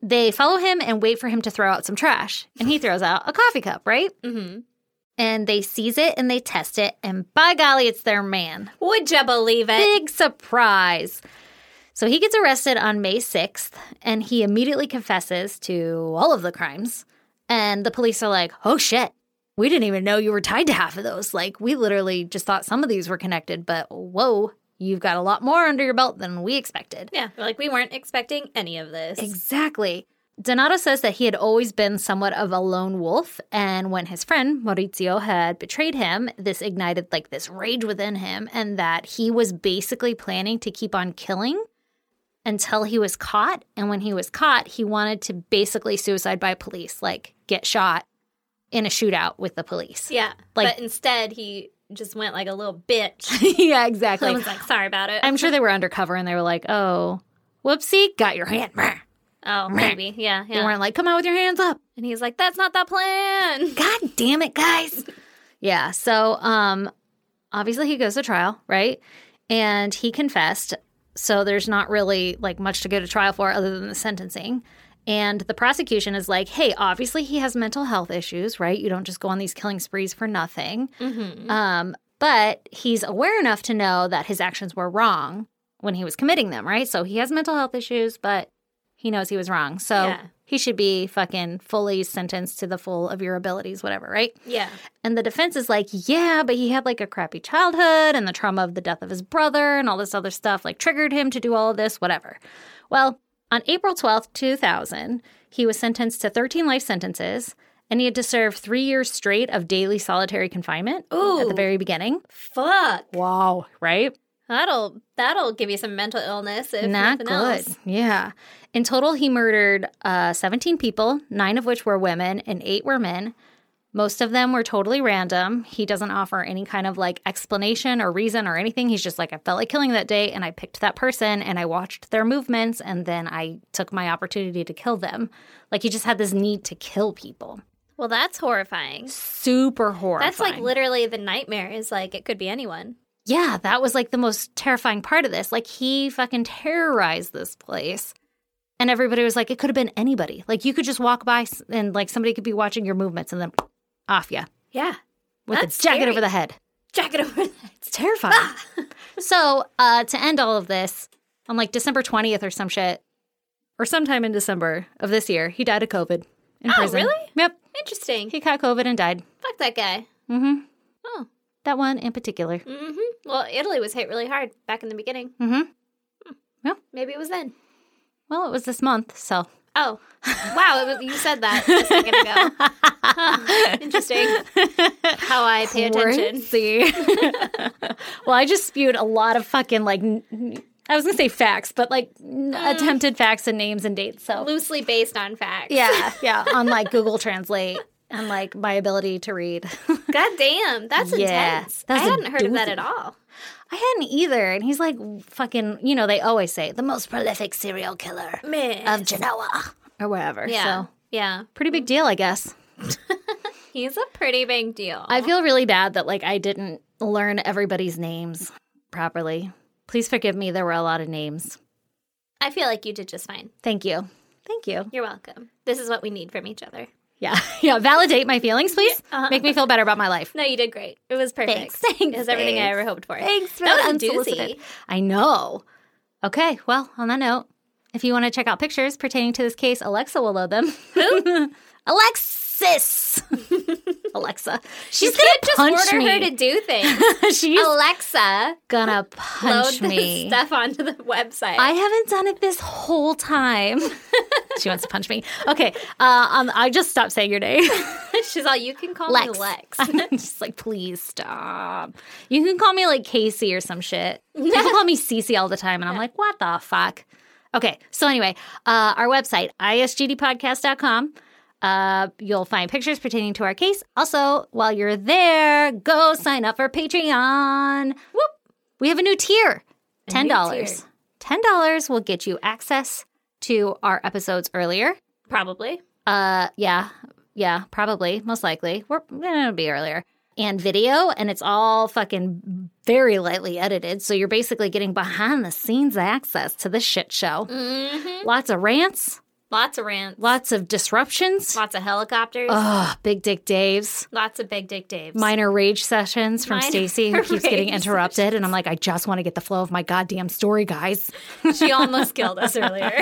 [SPEAKER 2] They follow him and wait for him to throw out some trash. And he throws out a coffee cup, right?
[SPEAKER 1] Mm-hmm.
[SPEAKER 2] and they seize it and they test it, and by golly, it's their man.
[SPEAKER 1] Would you believe it?
[SPEAKER 2] Big surprise. So he gets arrested on May 6th and he immediately confesses to all of the crimes. And the police are like, oh shit, we didn't even know you were tied to half of those. Like, we literally just thought some of these were connected, but whoa, you've got a lot more under your belt than we expected.
[SPEAKER 1] Yeah. Like we weren't expecting any of this.
[SPEAKER 2] Exactly. Donato says that he had always been somewhat of a lone wolf, and when his friend Maurizio had betrayed him, this ignited like this rage within him, and that he was basically planning to keep on killing until he was caught. And when he was caught, he wanted to basically suicide by police, like get shot in a shootout with the police.
[SPEAKER 1] yeah.
[SPEAKER 2] Like-
[SPEAKER 1] but instead, he just went like a little bitch.
[SPEAKER 2] yeah exactly.
[SPEAKER 1] I was like, sorry about it.
[SPEAKER 2] I'm sure they were undercover and they were like, oh, Whoopsie, got your hand. Brr.
[SPEAKER 1] Oh, maybe. Yeah,
[SPEAKER 2] They
[SPEAKER 1] yeah.
[SPEAKER 2] weren't like, come out with your hands up.
[SPEAKER 1] And he's like, that's not the plan.
[SPEAKER 2] God damn it, guys. yeah. So um obviously he goes to trial, right? And he confessed. So there's not really like much to go to trial for other than the sentencing. And the prosecution is like, hey, obviously he has mental health issues, right? You don't just go on these killing sprees for nothing. Um, but he's aware enough to know that his actions were wrong when he was committing them, right? So he has mental health issues, but he knows he was wrong. So
[SPEAKER 1] Yeah.
[SPEAKER 2] he should be fucking fully sentenced to the full of your abilities, whatever, right?
[SPEAKER 1] Yeah.
[SPEAKER 2] And the defense is like, yeah, but he had like a crappy childhood and the trauma of the death of his brother and all this other stuff like triggered him to do all of this, whatever. Well, on April 12th, 2000, he was sentenced to 13 life sentences and he had to serve three years straight of daily solitary confinement at
[SPEAKER 1] Ooh.
[SPEAKER 2] the very beginning.
[SPEAKER 1] Fuck.
[SPEAKER 2] Wow. Right?
[SPEAKER 1] That'll that'll give you some mental illness if
[SPEAKER 2] Not
[SPEAKER 1] nothing
[SPEAKER 2] good.
[SPEAKER 1] else.
[SPEAKER 2] Yeah. In total, he murdered uh, 17 people, nine of which were women and eight were men. Most of them were totally random. He doesn't offer any kind of like explanation or reason or anything. He's just like, I felt like killing that day and I picked that person and I watched their movements and then I took my opportunity to kill them. Like he just had this need to kill people.
[SPEAKER 1] Well, that's horrifying.
[SPEAKER 2] Super horrifying.
[SPEAKER 1] That's like literally the nightmare is like it could be anyone.
[SPEAKER 2] yeah, that was like the most terrifying part of this. Like he fucking terrorized this place. And everybody was like, it could have been anybody. Like you could just walk by s- and like somebody could be watching your movements and then off you
[SPEAKER 1] Yeah.
[SPEAKER 2] with
[SPEAKER 1] That's
[SPEAKER 2] a jacket
[SPEAKER 1] scary.
[SPEAKER 2] over the head.
[SPEAKER 1] Jacket over that.
[SPEAKER 2] It's terrifying. so uh, to end all of this, on like December 20th or some shit, or sometime in December of this year, he died of COVID in
[SPEAKER 1] Oh,
[SPEAKER 2] prison.
[SPEAKER 1] really?
[SPEAKER 2] Yep.
[SPEAKER 1] Interesting.
[SPEAKER 2] He caught COVID and died.
[SPEAKER 1] Fuck that guy.
[SPEAKER 2] Mm-hmm.
[SPEAKER 1] Oh.
[SPEAKER 2] That one in particular.
[SPEAKER 1] hmm Well, Italy was hit really hard back in the beginning. Hmm.
[SPEAKER 2] Mm-hmm.
[SPEAKER 1] Maybe it was then.
[SPEAKER 2] Well, it was this month, so.
[SPEAKER 1] Oh, wow! It was, you said that a second ago. Huh. Interesting how I pay attention.
[SPEAKER 2] Crazy. well, I just spewed a lot of fucking like n- n- I was gonna say facts, but like n- attempted facts and names and dates. So
[SPEAKER 1] Loosely based on facts.
[SPEAKER 2] yeah, yeah, on like Google Translate and like my ability to read.
[SPEAKER 1] God damn, that's
[SPEAKER 2] Yeah,
[SPEAKER 1] intense.
[SPEAKER 2] that's
[SPEAKER 1] I
[SPEAKER 2] a
[SPEAKER 1] hadn't heard of that
[SPEAKER 2] doozy.
[SPEAKER 1] at all.
[SPEAKER 2] I hadn't either, and he's like fucking. You know, they always say the most prolific serial killer
[SPEAKER 1] Man.
[SPEAKER 2] of Genoa or wherever.
[SPEAKER 1] yeah.
[SPEAKER 2] So
[SPEAKER 1] Yeah.
[SPEAKER 2] pretty big deal, I guess.
[SPEAKER 1] He's a pretty big deal.
[SPEAKER 2] I feel really bad that like I didn't learn everybody's names properly. Please forgive me. There were a lot of names.
[SPEAKER 1] I feel like you did just fine.
[SPEAKER 2] Thank you. Thank you.
[SPEAKER 1] You're welcome. This is what we need from each other.
[SPEAKER 2] Yeah. Yeah. Validate my feelings, please.
[SPEAKER 1] Uh-huh.
[SPEAKER 2] Make me feel better about my life.
[SPEAKER 1] No, you did great. It was perfect.
[SPEAKER 2] Thanks, thanks,
[SPEAKER 1] It was everything I
[SPEAKER 2] thanks.
[SPEAKER 1] ever hoped for.
[SPEAKER 2] Thanks for
[SPEAKER 1] that
[SPEAKER 2] the
[SPEAKER 1] was a
[SPEAKER 2] unsolicited.
[SPEAKER 1] doozy.
[SPEAKER 2] I know. Okay. Well, on that note, if you want to check out pictures pertaining to this case, Alexa will load them. Who? Alexis. Alexa. She's
[SPEAKER 1] You
[SPEAKER 2] going
[SPEAKER 1] can't
[SPEAKER 2] to
[SPEAKER 1] just
[SPEAKER 2] punch
[SPEAKER 1] order her
[SPEAKER 2] me.
[SPEAKER 1] to do things.
[SPEAKER 2] She's
[SPEAKER 1] Alexa,
[SPEAKER 2] going to
[SPEAKER 1] load
[SPEAKER 2] punch
[SPEAKER 1] this
[SPEAKER 2] me.
[SPEAKER 1] stuff onto the website.
[SPEAKER 2] I haven't done it this whole time. she wants to punch me. Okay. Uh, um, I just stopped saying your name.
[SPEAKER 1] She's all you can call me
[SPEAKER 2] Lex.
[SPEAKER 1] Lex.
[SPEAKER 2] I'm just like, please stop. You can call me like Casey or some shit. People call me Cece all the time, and I'm like, what the fuck? Okay, so anyway, uh, our website, isgdpodcast.com. Uh, you'll find pictures pertaining to our case. Also, while you're there, go sign up for Patreon. Whoop! We have a new tier
[SPEAKER 1] new
[SPEAKER 2] $10. $10 will get you access to our episodes earlier.
[SPEAKER 1] Probably.
[SPEAKER 2] Uh, yeah, yeah, probably, most likely. We're eh, it'll be earlier. And video, and it's all fucking very lightly edited. So you're basically getting behind the scenes access to this shit show.
[SPEAKER 1] hmm
[SPEAKER 2] Lots of rants,
[SPEAKER 1] Lots of rants.
[SPEAKER 2] lots of disruptions.
[SPEAKER 1] Lots of helicopters.
[SPEAKER 2] Ugh, Big Dick Dave's
[SPEAKER 1] Lots of big dick Daves.
[SPEAKER 2] minor rage sessions from
[SPEAKER 1] Minor
[SPEAKER 2] Stacy, who keeps getting
[SPEAKER 1] rage
[SPEAKER 2] interrupted. And I'm like, I just want to get the flow of my goddamn story, guys.
[SPEAKER 1] she almost killed us earlier.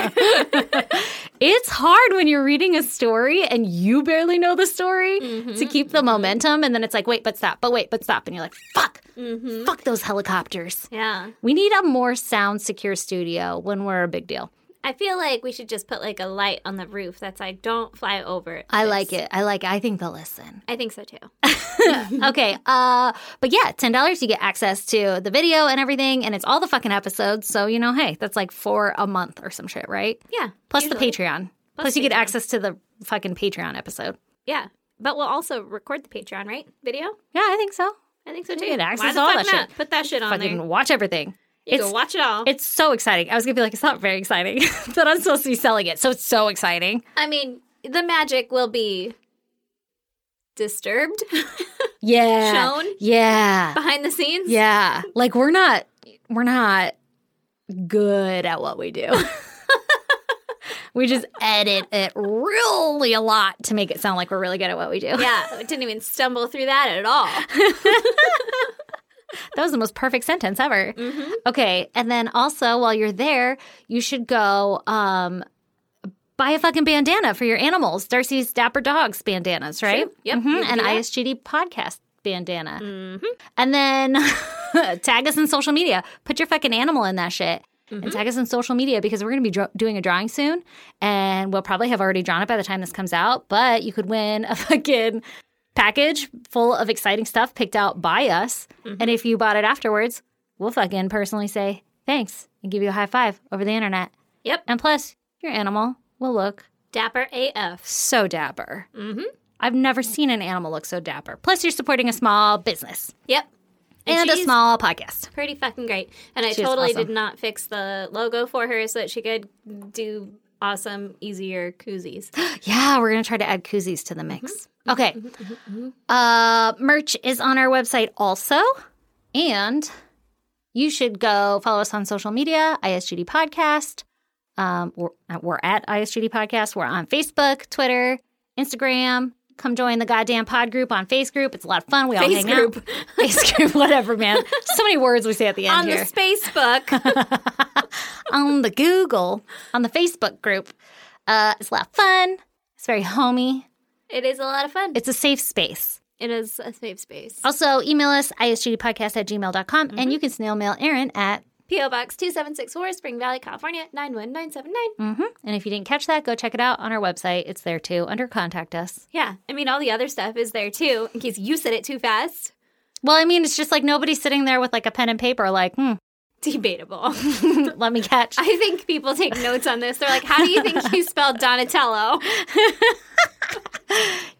[SPEAKER 2] It's hard when you're reading a story and you barely know the story to keep the momentum. And then it's like, wait, but stop, but wait, but stop. And you're like, fuck, fuck those helicopters.
[SPEAKER 1] yeah.
[SPEAKER 2] We need a more sound secure studio when we're a big deal.
[SPEAKER 1] I feel like we should just put like a light on the roof that's like, don't fly over.
[SPEAKER 2] I
[SPEAKER 1] this.
[SPEAKER 2] like it. I like it. I think they'll listen.
[SPEAKER 1] I think so too.
[SPEAKER 2] okay. Uh, but yeah, $10, you get access to the video and everything. And it's all the fucking episodes. So, you know, hey, that's like for a month or some shit, right?
[SPEAKER 1] Yeah.
[SPEAKER 2] Plus
[SPEAKER 1] usually.
[SPEAKER 2] the Patreon. Plus, you get access to the fucking Patreon episode.
[SPEAKER 1] Yeah. But we'll also record the Patreon, right? Video?
[SPEAKER 2] Yeah, I think so.
[SPEAKER 1] I think so too.
[SPEAKER 2] get access
[SPEAKER 1] Why
[SPEAKER 2] to
[SPEAKER 1] the
[SPEAKER 2] all
[SPEAKER 1] fuck
[SPEAKER 2] that
[SPEAKER 1] not?
[SPEAKER 2] shit.
[SPEAKER 1] Put that shit on
[SPEAKER 2] fucking
[SPEAKER 1] there.
[SPEAKER 2] watch everything.
[SPEAKER 1] Go watch it all.
[SPEAKER 2] It's so exciting. I was gonna be like, it's not very exciting, but I'm supposed to be selling it, so it's so exciting.
[SPEAKER 1] I mean, the magic will be disturbed
[SPEAKER 2] Yeah,
[SPEAKER 1] Shown?
[SPEAKER 2] Yeah,
[SPEAKER 1] behind the scenes.
[SPEAKER 2] yeah. Like we're not, we're not good at what we do. we just edit it really a lot to make it sound like we're really good at what we do.
[SPEAKER 1] Yeah, I didn't even stumble through that at all.
[SPEAKER 2] That was the most perfect sentence ever.
[SPEAKER 1] Mm-hmm.
[SPEAKER 2] Okay. And then also, while you're there, you should go um, buy a fucking bandana for your animals. Darcy's Dapper Dogs bandanas, right?
[SPEAKER 1] Sure. Yep,
[SPEAKER 2] hmm
[SPEAKER 1] you can
[SPEAKER 2] And
[SPEAKER 1] do that. Mm-hmm.
[SPEAKER 2] ISGD podcast bandana. And then tag us in social media. Put your fucking animal in that shit.
[SPEAKER 1] Mm-hmm.
[SPEAKER 2] And tag us in social media because we're going to be dra- doing a drawing soon. And we'll probably have already drawn it by the time this comes out. But you could win a fucking package full of exciting stuff picked out by us. And if you bought it afterwards, we'll fucking personally say thanks and give you a high five over the internet.
[SPEAKER 1] Yep,
[SPEAKER 2] And plus, your animal will look
[SPEAKER 1] dapper AF.
[SPEAKER 2] so dapper. Mm-hmm. I've never seen an animal look so dapper. Plus, you're supporting a small business
[SPEAKER 1] Yep,
[SPEAKER 2] and, a
[SPEAKER 1] she's
[SPEAKER 2] small podcast.
[SPEAKER 1] pretty fucking great. And I
[SPEAKER 2] She's
[SPEAKER 1] totally
[SPEAKER 2] awesome.
[SPEAKER 1] did not fix the logo for her so that she could do awesome, easier koozies.
[SPEAKER 2] Yeah, we're gonna try to add koozies to the mix.
[SPEAKER 1] Mm-hmm.
[SPEAKER 2] Okay. Uh, merch is on our website also, and you should go follow us on social media. ISGD Podcast. Um, we're, we're at ISGD Podcast. We're on Facebook, Twitter, Instagram. Come join the goddamn pod group on Face Group. It's a lot of fun. We all
[SPEAKER 1] Face
[SPEAKER 2] hang
[SPEAKER 1] group.
[SPEAKER 2] out. Face group, whatever, man. So many words we say at the end
[SPEAKER 1] On
[SPEAKER 2] here
[SPEAKER 1] the space book.
[SPEAKER 2] on the Google, on the Facebook group. Uh, it's a lot of fun. It's very homey.
[SPEAKER 1] it is a lot of fun.
[SPEAKER 2] It's a safe space.
[SPEAKER 1] It is a safe space.
[SPEAKER 2] Also, email us, isgdpodcast at gmail.com,
[SPEAKER 1] Mm-hmm.
[SPEAKER 2] and you can snail mail Erin at,
[SPEAKER 1] P.O. Box 2764, Spring Valley, California, 91979.
[SPEAKER 2] mhm. and if you didn't catch that, go check it out on our website. It's there too, under contact us.
[SPEAKER 1] Yeah, I mean, all the other stuff is there too, in case you said it too fast.
[SPEAKER 2] Well, I mean, it's just like nobody's sitting there with like a pen and paper, like, hmm,
[SPEAKER 1] Debatable.
[SPEAKER 2] let me catch.
[SPEAKER 1] I think people take notes on this. They're like, how do you think you spelled Donatello?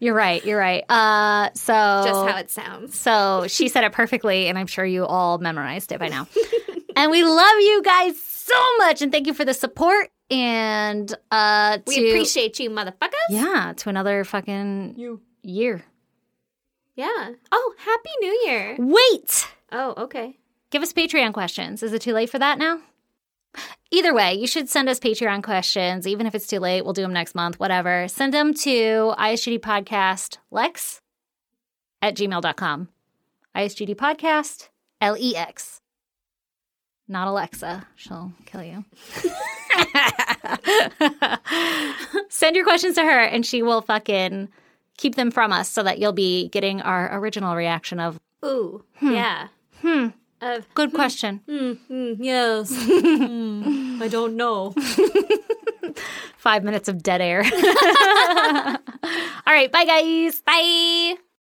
[SPEAKER 2] You're right. You're right. Uh, so
[SPEAKER 1] Just how it sounds.
[SPEAKER 2] So she said it perfectly, and I'm sure you all memorized it by now. and we love you guys so much, and thank you for the support. And uh,
[SPEAKER 1] We
[SPEAKER 2] to-
[SPEAKER 1] appreciate you, motherfuckers.
[SPEAKER 2] yeah, to another fucking
[SPEAKER 1] You.
[SPEAKER 2] year.
[SPEAKER 1] Yeah. Oh, Happy New Year.
[SPEAKER 2] Wait,
[SPEAKER 1] Oh, okay.
[SPEAKER 2] give us Patreon questions. Is it too late for that now? Either way, you should send us Patreon questions, even if it's too late. We'll do them next month, whatever. Send them to ISGD Podcast Lex at gmail.com. ISGD Podcast L E X. Not Alexa. She'll kill you. Send your questions to her and she will fucking keep them from us so that you'll be getting our original reaction of
[SPEAKER 1] Ooh. Yeah. Hmm. Of Hmm.
[SPEAKER 2] good question.
[SPEAKER 1] mm, yes. I don't know.
[SPEAKER 2] five minutes of dead air. All right. Bye, guys.
[SPEAKER 1] Bye.